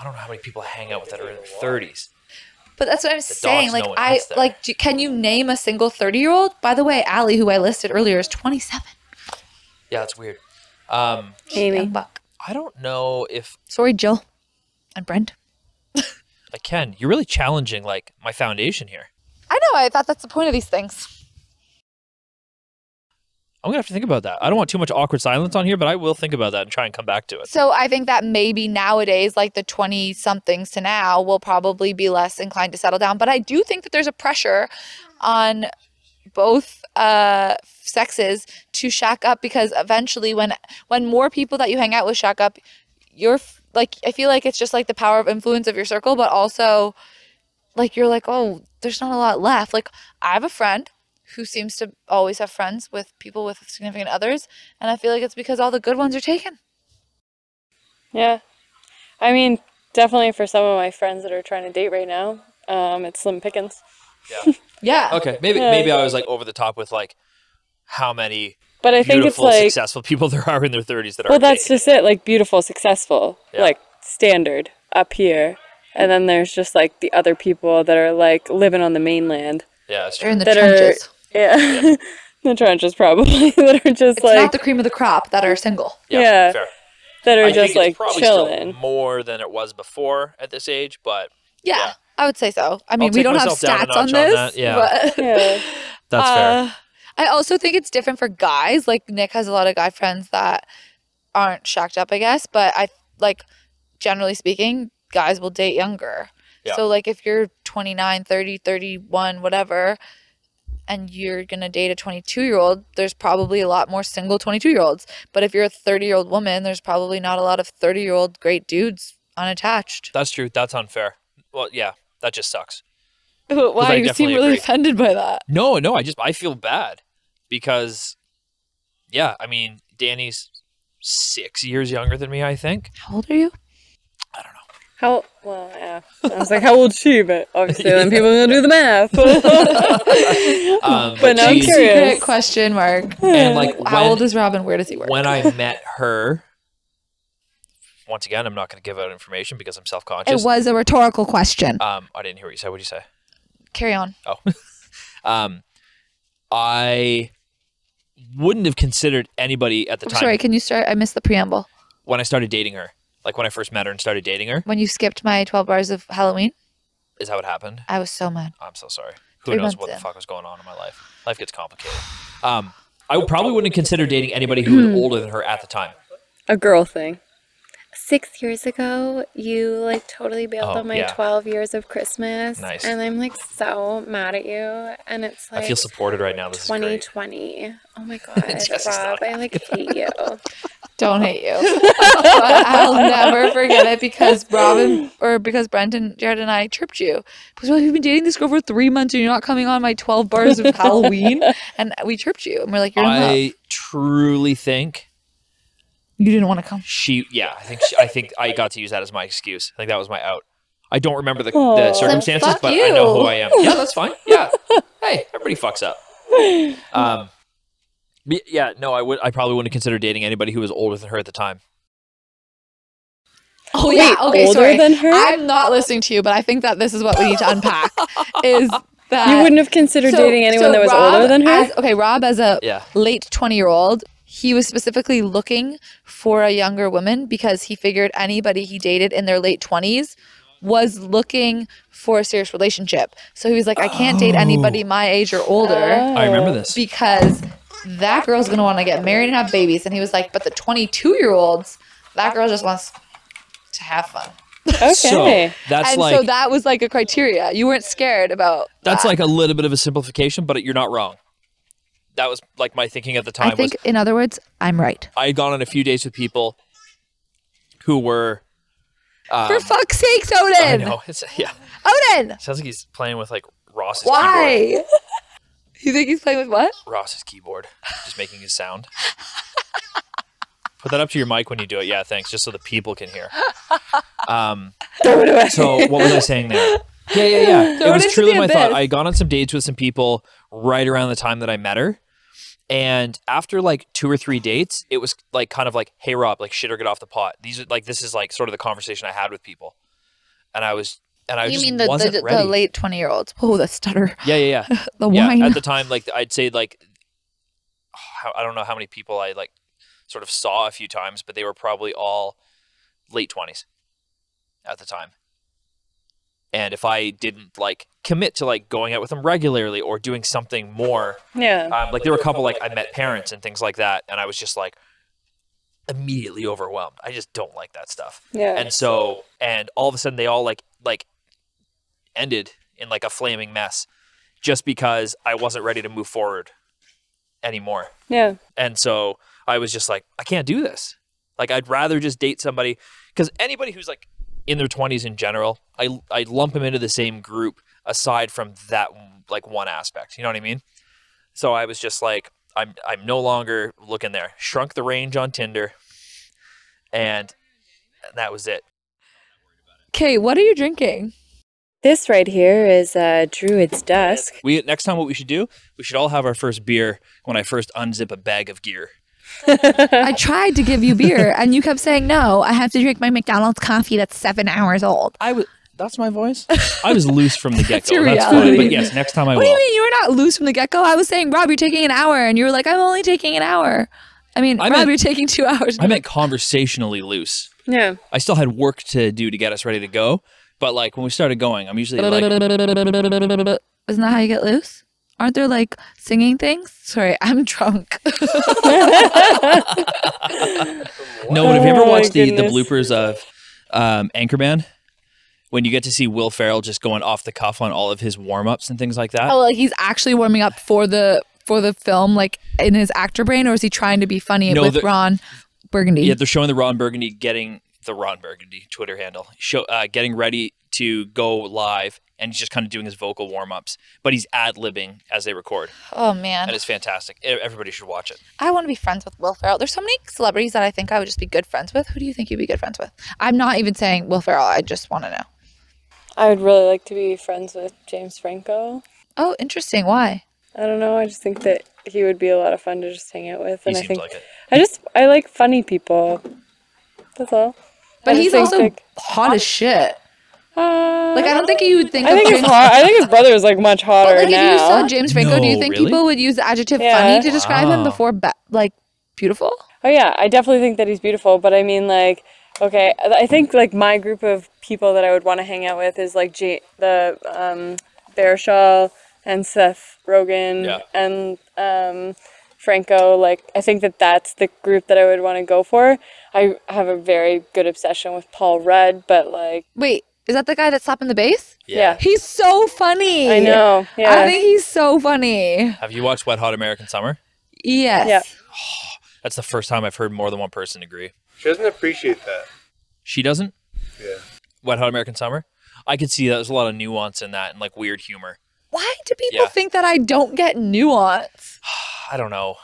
I don't know how many people I hang out with that are in their thirties.
But that's what I'm saying.
dogs
Like
know what
I
hits there.
like do, can you name a single 30-year-old? By the way, Allie who I listed earlier is 27.
Yeah, that's weird. Um,
Young
Amy.
buck.
I don't know if
Sorry, Jill. And Brent.
like Ken. You're really challenging like my foundation here.
I know, I thought that's the point of these things.
I'm gonna have to think about that. I don't want too much awkward silence on here, but I will think about that and try and come back to it.
So I think that maybe nowadays, like the 20 somethings to now, will probably be less inclined to settle down. But I do think that there's a pressure on both uh, sexes to shack up because eventually, when when more people that you hang out with shack up, you're f- like, I feel like it's just like the power of influence of your circle, but also like you're like, oh, there's not a lot left. Like, I have a friend who seems to always have friends with people with significant others, and I feel like it's because all the good ones are taken.
Yeah. I mean, definitely for some of my friends that are trying to date right now, um, it's slim pickings.
Yeah.
Okay, maybe
Yeah.
maybe I was like over the top with like how many
But I think it's
beautiful,
like,
successful people there are in their 30s that are.
well, that's
dating.
just it. Like beautiful, successful,
Yeah.
like standard up here, and then there's just like the other people that are like living on the mainland.
yeah, that's
They're
true.
in the
That are-
trenches.
Yeah, the trenches probably that are just
It's
like
not the cream of the crop that are single.
Yeah,
yeah.
fair.
that are
I think
just
it's
like
probably still
chilling.
more than it was before at this age, but
Yeah,
Yeah.
I would say so. I mean, we
take
don't have
myself down a
stats on
notch on
this.
that, yeah.
but-
yeah,
that's
Uh, I also think it's different for guys. Like Nick has a lot of guy friends that aren't shacked up, I guess. But I like, generally speaking, guys will date younger.
Yeah.
So like, if you're 29, 30, 31, whatever, and you're gonna date a 22 year old, there's probably a lot more single 22 year olds. But if you're a 30 year old woman, there's probably not a lot of 30 year old great dudes unattached.
that's true. That's unfair. Well, yeah, that just sucks.
Wow,
I
you seem
definitely
really
agree.
offended by that.
No, no, I just I feel bad because yeah, I mean, Danny's 6 years younger than me, I think.
How old are you?
how well, yeah. I was like, how old's she? But obviously, then people are gonna do the math.
Um,
But now I'm
she's-
curious.
Secret question mark.
And like
How
when-
old is Robin? Where does he work?
when I met her, once again, I'm not going to give out information because I'm self
it
conscious.
was a rhetorical question.
Um, I didn't hear what you said. What did you say?
Carry on.
Um, I wouldn't have considered anybody at the
I'm
time
sorry, can you start? I missed the preamble.
when I started dating her. Like when I first met her and started dating her,
When you skipped my 12 bars of Halloween,
is how it happened.
I was so mad.
I'm so sorry. Who
Three
knows
months
what
in.
the fuck was going on in my life? Life gets complicated. Um, I probably wouldn't consider dating anybody who was older than her at the time.
a girl thing.
six years ago, you like totally bailed
Oh,
on my
yeah.
12 years of Christmas.
Nice.
And I'm like so mad at you. And it's like
I feel supported right now. This is great.
2020. Oh my God,
Jess is
Rob,
not
I like hate you.
Don't hate you. but I'll never forget it because Robin, or because Brenton, Jared, and I tripped you. Because we're like, you've been dating this girl for three months and you're not coming on my 12 bars of Halloween. And we tripped you. And we're like, you're in love.
I truly think
You didn't want to come.
She, yeah, I think she, I think I got to use that as my excuse. I think that was my out. I don't remember the,
Aw.
the
Then
circumstances,
fuck
but I know
you.
who I am. Yeah, that's fine. Yeah, hey, everybody fucks up. Um, but yeah, no, I would. I probably wouldn't consider dating anybody who was older than her at the time.
Oh
Wait,
yeah. Okay.
older
sorry.
than her?
I'm not listening to you, but I think that this is what we need to unpack. is that
You wouldn't have considered
So-
dating anyone
so
that was
Rob
older than her.
as- okay, Rob as a
Yeah.
late twenty year old, he was specifically looking for a younger woman because he figured anybody he dated in their late twenties was looking for a serious relationship. So he was like, I can't date anybody
Oh.
my age or older
I remember this.
because that girl's gonna want to get married and have babies. And he was like, but the twenty two year olds, that girl just wants to have fun
okay.
So that's
and
like
so that was like a criteria. You weren't scared about.
that's
that.
like a little bit of a simplification, but you're not wrong. That was like my thinking at the time.
I think,
was,
in other words, I'm right.
I had gone on a few dates with people who were. Um,
For fuck's sakes,
I
Odin!
know. It's, yeah.
Odin,
Sounds like he's playing with like Ross's keyboard.
why? You think he's playing with what?
Ross's keyboard, just making his sound. Put that up to your mic when you do it. Yeah, thanks. Just so the people can hear. Um,
Throw it away.
so what was I saying there? Yeah, yeah, yeah.
Throw
it
it
was
into
truly
the
my thought.
abyss.
I had gone on some dates with some people right around the time that I met her. And after like two or three dates, it was like kind of like, hey Rob, like shit or get off the pot. These are like this is like sort of the conversation I had with people. And I was and I
you
just
mean the,
wasn't
the,
ready.
the late 20 year olds. Oh, the stutter.
yeah, yeah, yeah.
The
yeah,
wine.
at the time, like I'd say, like how- I don't know how many people I like sort of saw a few times, but they were probably all late twenties at the time. And if I didn't like commit to like going out with them regularly or doing something more,
Yeah.
um, like there were a couple like I met parents and things like that, and I was just like immediately overwhelmed. I just don't like that stuff
Yeah.
and so and all of a sudden they all like like ended in like a flaming mess just because i wasn't ready to move forward anymore
yeah.
and so i was just like i can't do this like i'd rather just date somebody because anybody who's like in their 20s in general i i lump them into the same group aside from that like one aspect you know what i mean so i was just like i'm i'm no longer looking there shrunk the range on tinder and that was it
Okay, what are you drinking?
This right here is uh, Druid's Dusk.
We next time what we should do? We should all have our first beer when I first unzip a bag of gear.
I tried to give you beer and you kept saying, no, I have to drink my McDonald's coffee that's seven hours old.
I was that's my voice. I was loose from the get go.
your
That's fine. But
reality.
yes, next time I
What do
will.
you mean you were not loose from the get go? I was saying, Rob, you're taking an hour. And you were like, I'm only taking an hour. I mean,
I
Rob,
meant-
you're taking two hours.
I meant conversationally loose.
Yeah.
I still had work to do to get us ready to go. But like when we started going, I'm usually like
Isn't that how you get loose? Aren't there like singing things? Sorry, I'm drunk.
No, but have you ever
Oh my
watched the, the
goodness.
bloopers of um, Anchorman? When you get to see Will Ferrell just going off the cuff on all of his warm ups and things like that.
oh, like he's actually warming up for the for the film, like in his actor brain, or is he trying to be funny
No,
with
the-
Ron Burgundy?
Yeah, they're showing the Ron Burgundy getting the Ron Burgundy Twitter handle, show uh, getting ready to go live, and he's just kind of doing his vocal warm ups, but he's ad libbing as they record,
oh
and
man,
it's fantastic. E- Everybody should watch it.
I want to be friends with Will Ferrell. There's so many celebrities that I think I would just be good friends with. Who do you think you'd be good friends with? I'm not even saying Will Ferrell. I just want to know.
I would really like to be friends with James Franco.
Oh, interesting. Why?
I don't know. I just think that he would be a lot of fun to just hang out with,
He
and I
seems
think
like it.
I just I like funny people. That's all. I
But
just
he's
think,
also
like,
hot as shit.
uh,
Like I don't think you would think.
I
of
think his
James-
hot. I think his brother is like much hotter
But like
now.
if you saw James Franco, do you
No,
think
really?
people would use the adjective
Yeah.
funny to describe him
Wow.
before ba- like beautiful?
Oh yeah, I definitely think that he's beautiful, but I mean like okay, I I think like my group of people that I would want to hang out with is like J- the um Bearshall and Seth Rogen
Yeah.
and um Franco, like I think that that's the group that I would want to go for. I have a very good obsession with Paul Rudd, but like
Wait, is that the guy that's slapping the bass?
yeah.
He's so funny.
I know. Yeah.
I think he's so funny.
Have you watched Wet Hot American Summer?
Yes.
Yeah.
That's the first time I've heard more than one person agree.
She doesn't appreciate that.
She doesn't.
Yeah.
Wet Hot American Summer. I could see that there's a lot of nuance in that and like weird humor.
Why do people
Yeah.
think that I don't get nuance?
I don't know.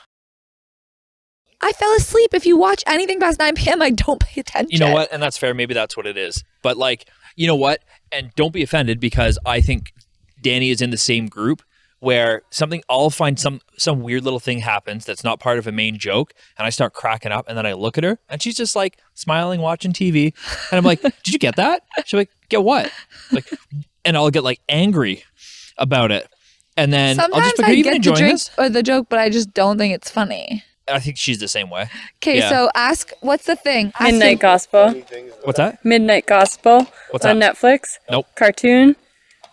I fell asleep. If you watch anything past 9 p.m., I don't pay attention.
You know what? And that's fair. Maybe that's what it is. But like, you know what? And don't be offended because I think Danny is in the same group where something I'll find some some weird little thing happens that's not part of a main joke and I start cracking up and then I look at her and she's just like smiling watching TV and I'm like, "Did you get that?" She's like, "Get what?" Like and I'll get like angry about it. And then
Sometimes
I'll just be
I
like, "Are you even
get the
enjoying
drink
this?"
or the joke, but I just don't think it's funny.
I think she's the same way.
Okay,
Yeah.
so ask what's the thing? Ask
Midnight
him-
Gospel.
What's that?
Midnight Gospel
What's
on Netflix.
Nope.
Cartoon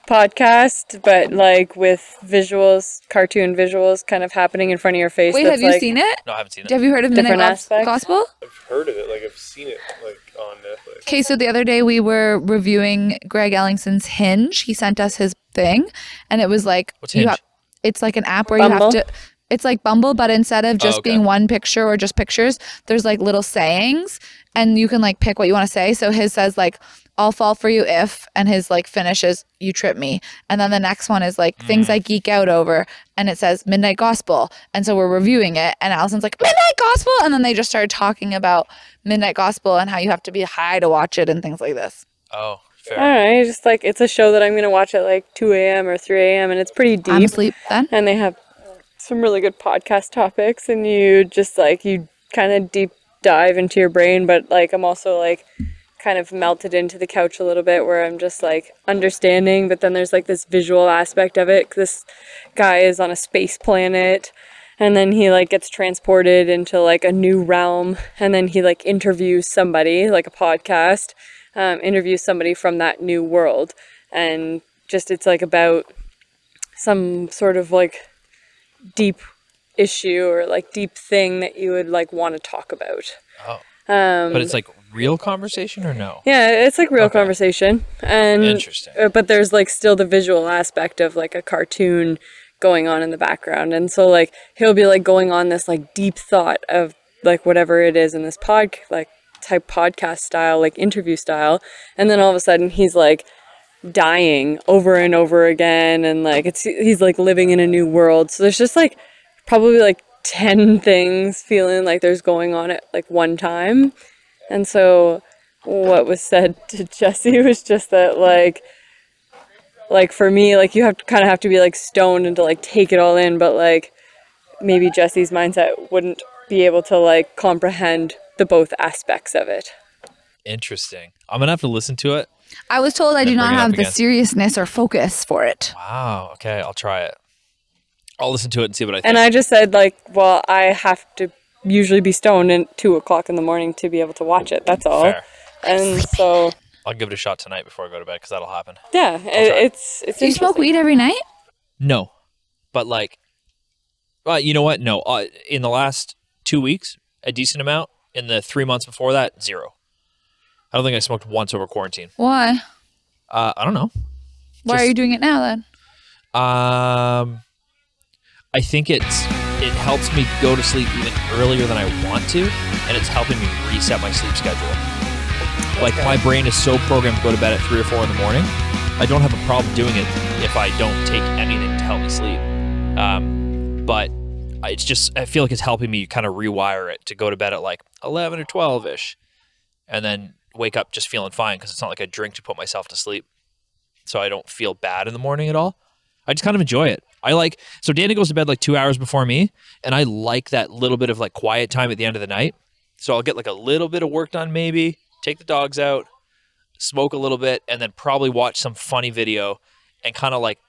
podcast, but like with visuals, cartoon visuals kind of happening in front of your face.
Wait,
that's,
have you
like-
seen it?
No, I haven't seen it.
Have you heard of Midnight
Different
Gos-
aspects.
Gospel?
I've heard of it. Like I've seen it like on Netflix.
Okay, so the other day we were reviewing Greg Ellingson's Hinge. He sent us his thing, and it was like
What's
you
Hinge?
have- it's like an app where
Bumble?
you have to. It's like Bumble, but instead of just
Oh, okay.
being one picture or just pictures, there's like little sayings, and you can like pick what you want to say. So his says like, I'll fall for you if, and his like finish is you trip me. And then the next one is like
Mm.
things I geek out over, and it says Midnight Gospel. And so we're reviewing it, and Allison's like, Midnight Gospel. And then they just started talking about Midnight Gospel and how you have to be high to watch it and things like this.
Oh,
All
fair.
right, just like it's a show that I'm gonna watch at like 2 a.m. or 3 a.m. and it's pretty
I'm
deep,
asleep then.
and they have some really good podcast topics, and you just like you kind of deep dive into your brain, but like I'm also like kind of melted into the couch a little bit where I'm just like understanding, but then there's like this visual aspect of it. 'cause This guy is on a space planet and then he like gets transported into like a new realm and then he like interviews somebody like a podcast um, interviews somebody from that new world and just it's like about some sort of like deep issue or like deep thing that you would like want to talk about
Oh.
um,
But it's like real conversation or no?
yeah, it's like real
Okay.
conversation, and
Interesting.
uh, But there's like still the visual aspect of like a cartoon going on in the background, and so like he'll be like going on this like deep thought of like whatever it is in this pod like type podcast style, like interview style, and then all of a sudden he's like dying over and over again, and like it's he's like living in a new world. So there's just like probably like 10 things feeling like there's going on at like one time. And so what was said to Jesse was just that like like for me like you have to kind of have to be like stoned and to like take it all in but like maybe Jesse's mindset wouldn't be able to like comprehend the both aspects of it.
Interesting. I'm gonna have to listen to it.
I was told I do
Then bring
not
it up
have the
again.
seriousness or focus for it.
Wow. Okay, I'll try it. I'll listen to it and see what I think.
And I just said like well I have to usually be stoned at two o'clock in the morning to be able to watch it that's all
fair.
and so
I'll give it a shot tonight before I go to bed because that'll happen.
Yeah, it, it's it's.
Do you smoke
interesting.
weed every night?
No, but like, well, you know what? No, uh, in the last two weeks, a decent amount. In the three months before that, zero. I don't think I smoked once over quarantine.
Why?
Uh, I don't know.
Why are
Just-
you doing it now then?
Um, I think it's it helps me go to sleep even earlier than I want to, and it's helping me reset my sleep schedule. Like my brain is so programmed to go to bed at three or four in the morning, I don't have a problem doing it if I don't take anything to help me sleep. Um, but I- it's just I feel like it's helping me kind of rewire it to go to bed at like eleven or twelve ish, and then wake up just feeling fine because it's not like I drink to put myself to sleep, so I don't feel bad in the morning at all. I just kind of enjoy it. I like so Danny goes to bed like two hours before me, and I like that little bit of like quiet time at the end of the night. So I'll get like a little bit of work done, maybe take the dogs out, smoke a little bit, and then probably watch some funny video and kind of like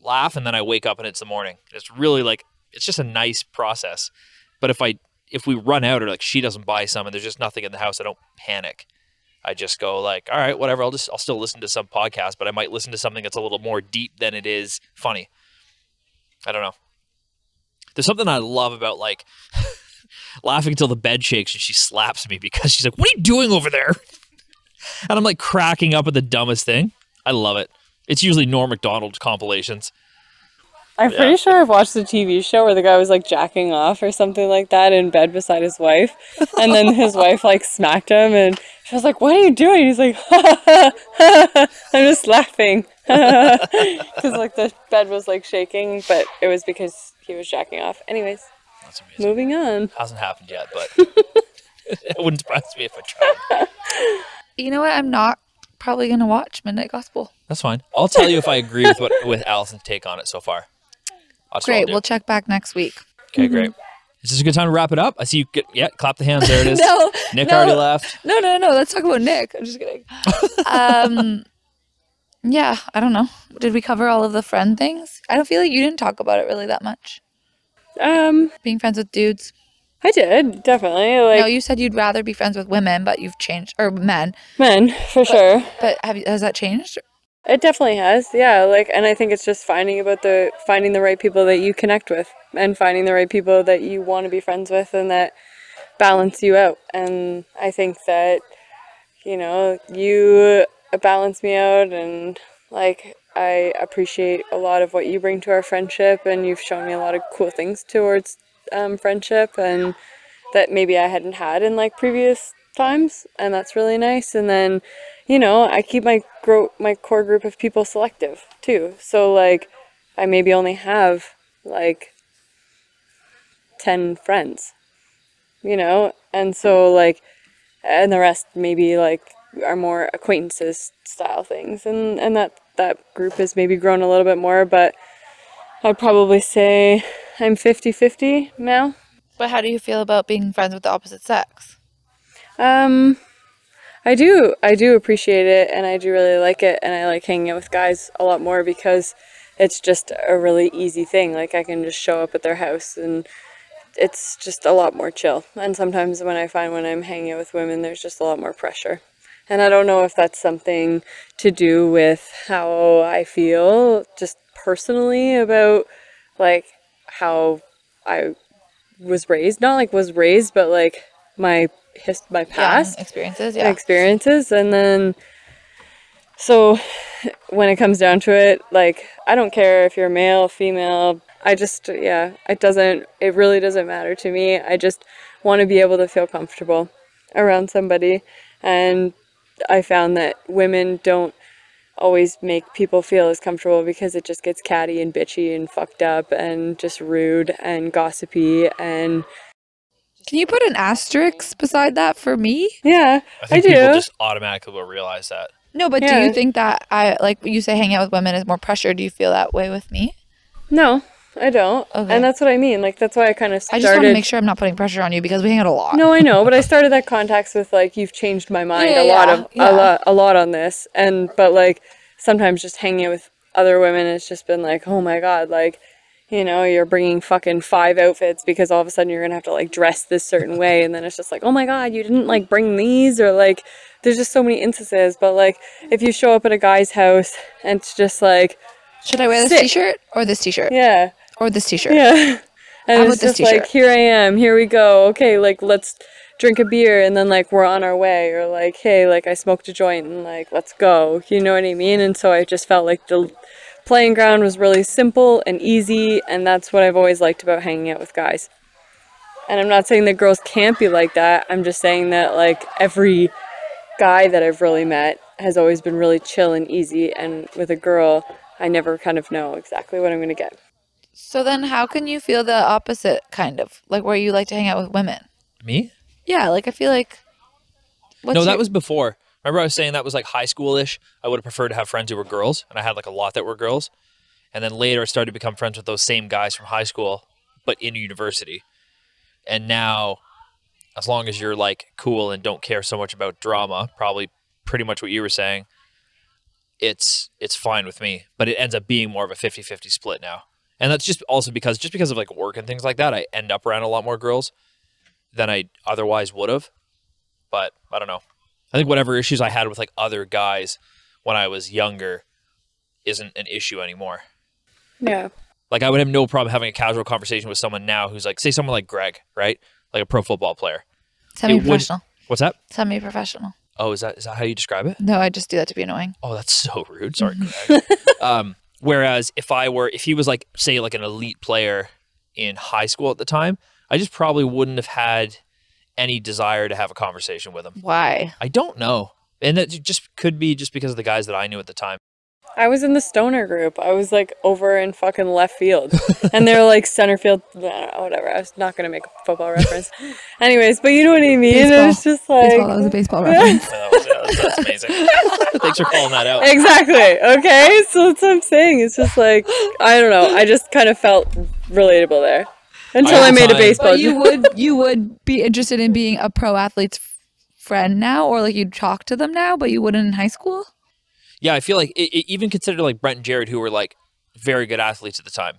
laugh, and then I wake up and it's the morning. It's really like it's just a nice process. But if I if we run out or like she doesn't buy some and there's just nothing in the house, I don't panic. I just go like, all right, whatever. I'll just I'll still listen to some podcast, but I might listen to something that's a little more deep than it is funny. I don't know. There's something I love about like laughing till the bed shakes and she slaps me because she's like, "What are you doing over there?" and I'm like cracking up at the dumbest thing. I love it. It's usually Norm Macdonald compilations.
I'm pretty sure I've watched the TV show where the guy was like jacking off or something like that in bed beside his wife, and then his wife like smacked him, and she was like, "What are you doing?" He's like, "I'm just laughing," because like the bed was like shaking, but it was because he was jacking off. Anyways,
That's amazing.
moving on.
Hasn't happened yet, but it wouldn't surprise me if I tried.
You know what? I'm not probably gonna watch Midnight Gospel.
That's fine. I'll tell you if I agree with what with Allison's take on it so far. That's what I'll
Great.
do.
We'll check back next week.
okay, great. Is this a good time to wrap it up? I see you. Get, yeah, clap the hands. There it is.
No,
Nick
no.
already left.
No, no, no. Let's talk about Nick. I'm just kidding. um, yeah, I don't know. Did we cover all of the friend things? I don't feel like you didn't talk about it really that much.
Um,
Being friends with dudes.
I did definitely like
no, you said you'd rather be friends with women, but you've changed or men.
men for sure.
But have you, has that changed?
It definitely has, yeah. Like, and I think it's just finding about the finding the right people that you connect with, and finding the right people that you want to be friends with, and that balance you out. And I think that you know you balance me out, and like I appreciate a lot of what you bring to our friendship, and you've shown me a lot of cool things towards um, friendship, and that maybe I hadn't had in like previous times, and that's really nice. And then, you know, I keep my gro- my core group of people selective too. So like, I maybe only have like ten friends, you know, and so like, and the rest maybe like are more acquaintances style things, and and that that group has maybe grown a little bit more, but I'd probably say I'm 50-50 now.
But how do you feel about being friends with the opposite sex?
Um, I do. I do appreciate it, and I do really like it, and I like hanging out with guys a lot more because it's just a really easy thing. Like I can just show up at their house, and it's just a lot more chill. And sometimes when I find when I'm hanging out with women, there's just a lot more pressure. And I don't know if that's something to do with how I feel just personally about like how I was raised. Not like was raised, but like my his my past
Yeah, experiences, yeah.
experiences and then so when it comes down to it like i don't care if you're male female i just yeah it doesn't it really doesn't matter to me i just want to be able to feel comfortable around somebody and i found that women don't always make people feel as comfortable because it just gets catty and bitchy and fucked up and just rude and gossipy and
Can you put an asterisk beside that for me?
yeah
I
i,
think
do
people just automatically will realize that.
No, but do
Yeah.
you think that I like you say hanging out with women is more pressure? Do you feel that way with me?
No, I don't.
Okay.
And that's what I mean. Like that's why I kind of
I
started.
just want to make sure I'm not putting pressure on you because we hang out a lot.
No, I know, but I started that context with like you've changed my mind
Yeah,
a lot
yeah,
of
yeah.
a lot a lot on this, and but like sometimes just hanging out with other women, it's just been like, oh my god, like you know you're bringing fucking five outfits because all of a sudden you're gonna have to like dress this certain way, and then it's just like, oh my god, you didn't like bring these or like there's just so many instances. But like if you show up at a guy's house and it's just like
Should I wear this
Sick.
t-shirt or this t-shirt
yeah.
or this t-shirt?
Yeah. And
How
it's
about this
just like,
t-shirt?
here I am, here we go. Okay, like let's drink a beer and then like we're on our way or like, hey, like I smoked a joint and like let's go. You know what I mean? And so I just felt like the playing ground was really simple and easy and that's what I've always liked about hanging out with guys. And I'm not saying that girls can't be like that. I'm just saying that like every guy that I've really met has always been really chill and easy and with a girl, I never kind of know exactly what I'm going to get.
So then, how can you feel the opposite kind of like where you like to hang out with women?
Me?
Yeah, like I feel like. What's
no, that
your-
was before. Remember, I was saying that was like high schoolish. I would have preferred to have friends who were girls, and I had like a lot that were girls. And then later, I started to become friends with those same guys from high school, but in university. And now, as long as you're like cool and don't care so much about drama, probably pretty much what you were saying, it's it's fine with me. But it ends up being more of a 50-50 split now. And that's just also because just because of like work and things like that, I end up around a lot more girls than I otherwise would have. But I don't know. I think whatever issues I had with like other guys when I was younger isn't an issue anymore.
Yeah.
Like I would have no problem having a casual conversation with someone now who's like, say someone like Greg, right? Like a pro football player.
semi-professional?
What's that?
Semi-professional.
Oh, is that is that how you describe it?
No, I just do that to be annoying.
Oh, that's so rude. Sorry, Greg. um, whereas if I were, if he was like, say, like an elite player in high school at the time, I just probably wouldn't have had any desire to have a conversation with him.
Why?
I don't know, and that just could be just because of the guys that I knew at the time.
I was in the stoner group. I was like over in fucking left field. and they're like center field, I don't know, whatever. I was not going to make a football reference. Anyways, but you know what I mean? It was just
baseball. That was a
like.
baseball reference.
Yeah, that was- yeah, that's, that's amazing. Thanks for calling that out.
Exactly. Okay. So that's what I'm saying. It's just like, I don't know. I just kind of felt relatable there until
I
I, made a
time-
baseball
but you would you would be interested in being a pro athlete's f- friend now, or like you'd talk to them now, but you wouldn't in high school.
Yeah, I feel like it, it even considered like Brent and Jared, who were like very good athletes at the time,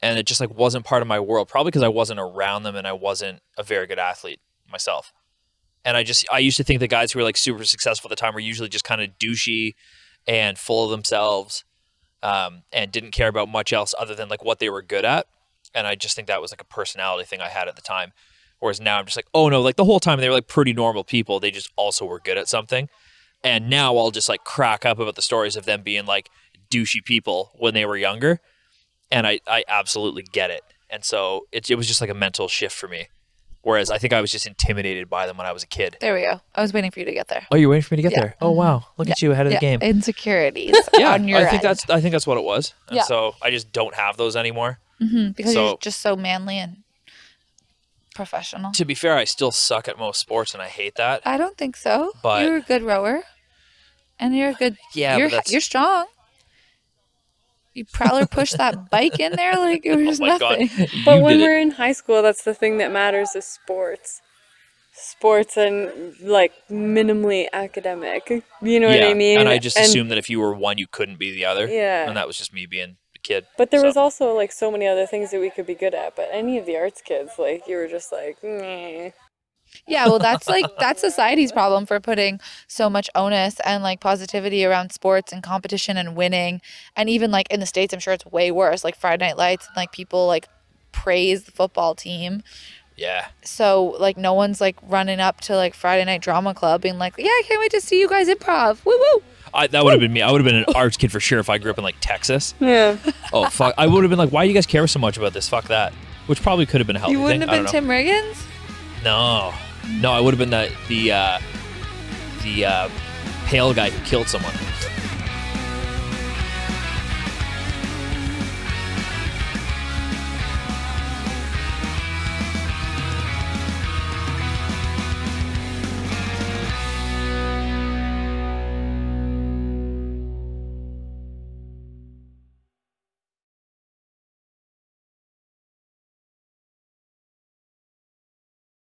and it just like wasn't part of my world. Probably because I wasn't around them and I wasn't a very good athlete myself. And I just I used to think the guys who were like super successful at the time were usually just kind of douchey and full of themselves, um, and didn't care about much else other than like what they were good at. And I just think that was like a personality thing I had at the time. Whereas now I'm just like, oh no, like the whole time they were like pretty normal people. They just also were good at something and now I'll just like crack up about the stories of them being like douchey people when they were younger, and I I absolutely get it. And so it it was just like a mental shift for me Whereas I think I was just intimidated by them when I was a kid.
There we go. I was waiting for you to get there.
Oh, you're waiting for me to get
Yeah.
there. Oh wow, look at you ahead of the game.
Insecurities
yeah,
on your
I think
end.
that's I think that's what it was. And
Yeah.
so I just don't have those anymore.
hmm because
so-
you're just so manly and professional.
To be fair, I still suck at most sports and I hate that.
I don't think so.
But-
you're a good rower, and you're a good.
Yeah,
you're
but that's
you're strong. You prowler pushed that bike in there like it was
Oh my God.
nothing.
But
You
when
did it.
we're in high school, that's the thing that matters is sports. Sports and like minimally academic. You know what I mean?
And I just assumed that if you were one you couldn't be the other.
Yeah.
And that was just me being a kid.
But there
So-
was also like so many other things that we could be good at. But any of the arts kids, like you were just like, "Meh."
Yeah, well, that's like that's society's problem for putting so much onus and like positivity around sports and competition and winning, and even like in the states, I'm sure it's way worse. Like Friday Night Lights, and like people like praise the football team,
Yeah.
so like no one's like running up to like Friday Night Drama Club being like, yeah, I can't wait to see you guys improv. Woo woo.
I, that would have been me. I would have been an arts kid for sure if I grew up in like Texas.
yeah.
Oh fuck! I would have been like, why do you guys care so much about this? Fuck that. Which probably could have been a healthy
You wouldn't
thing.
have
I
been
don't
Tim Riggins.
know. No, no, I would have been the the uh, the uh, pale guy who killed someone.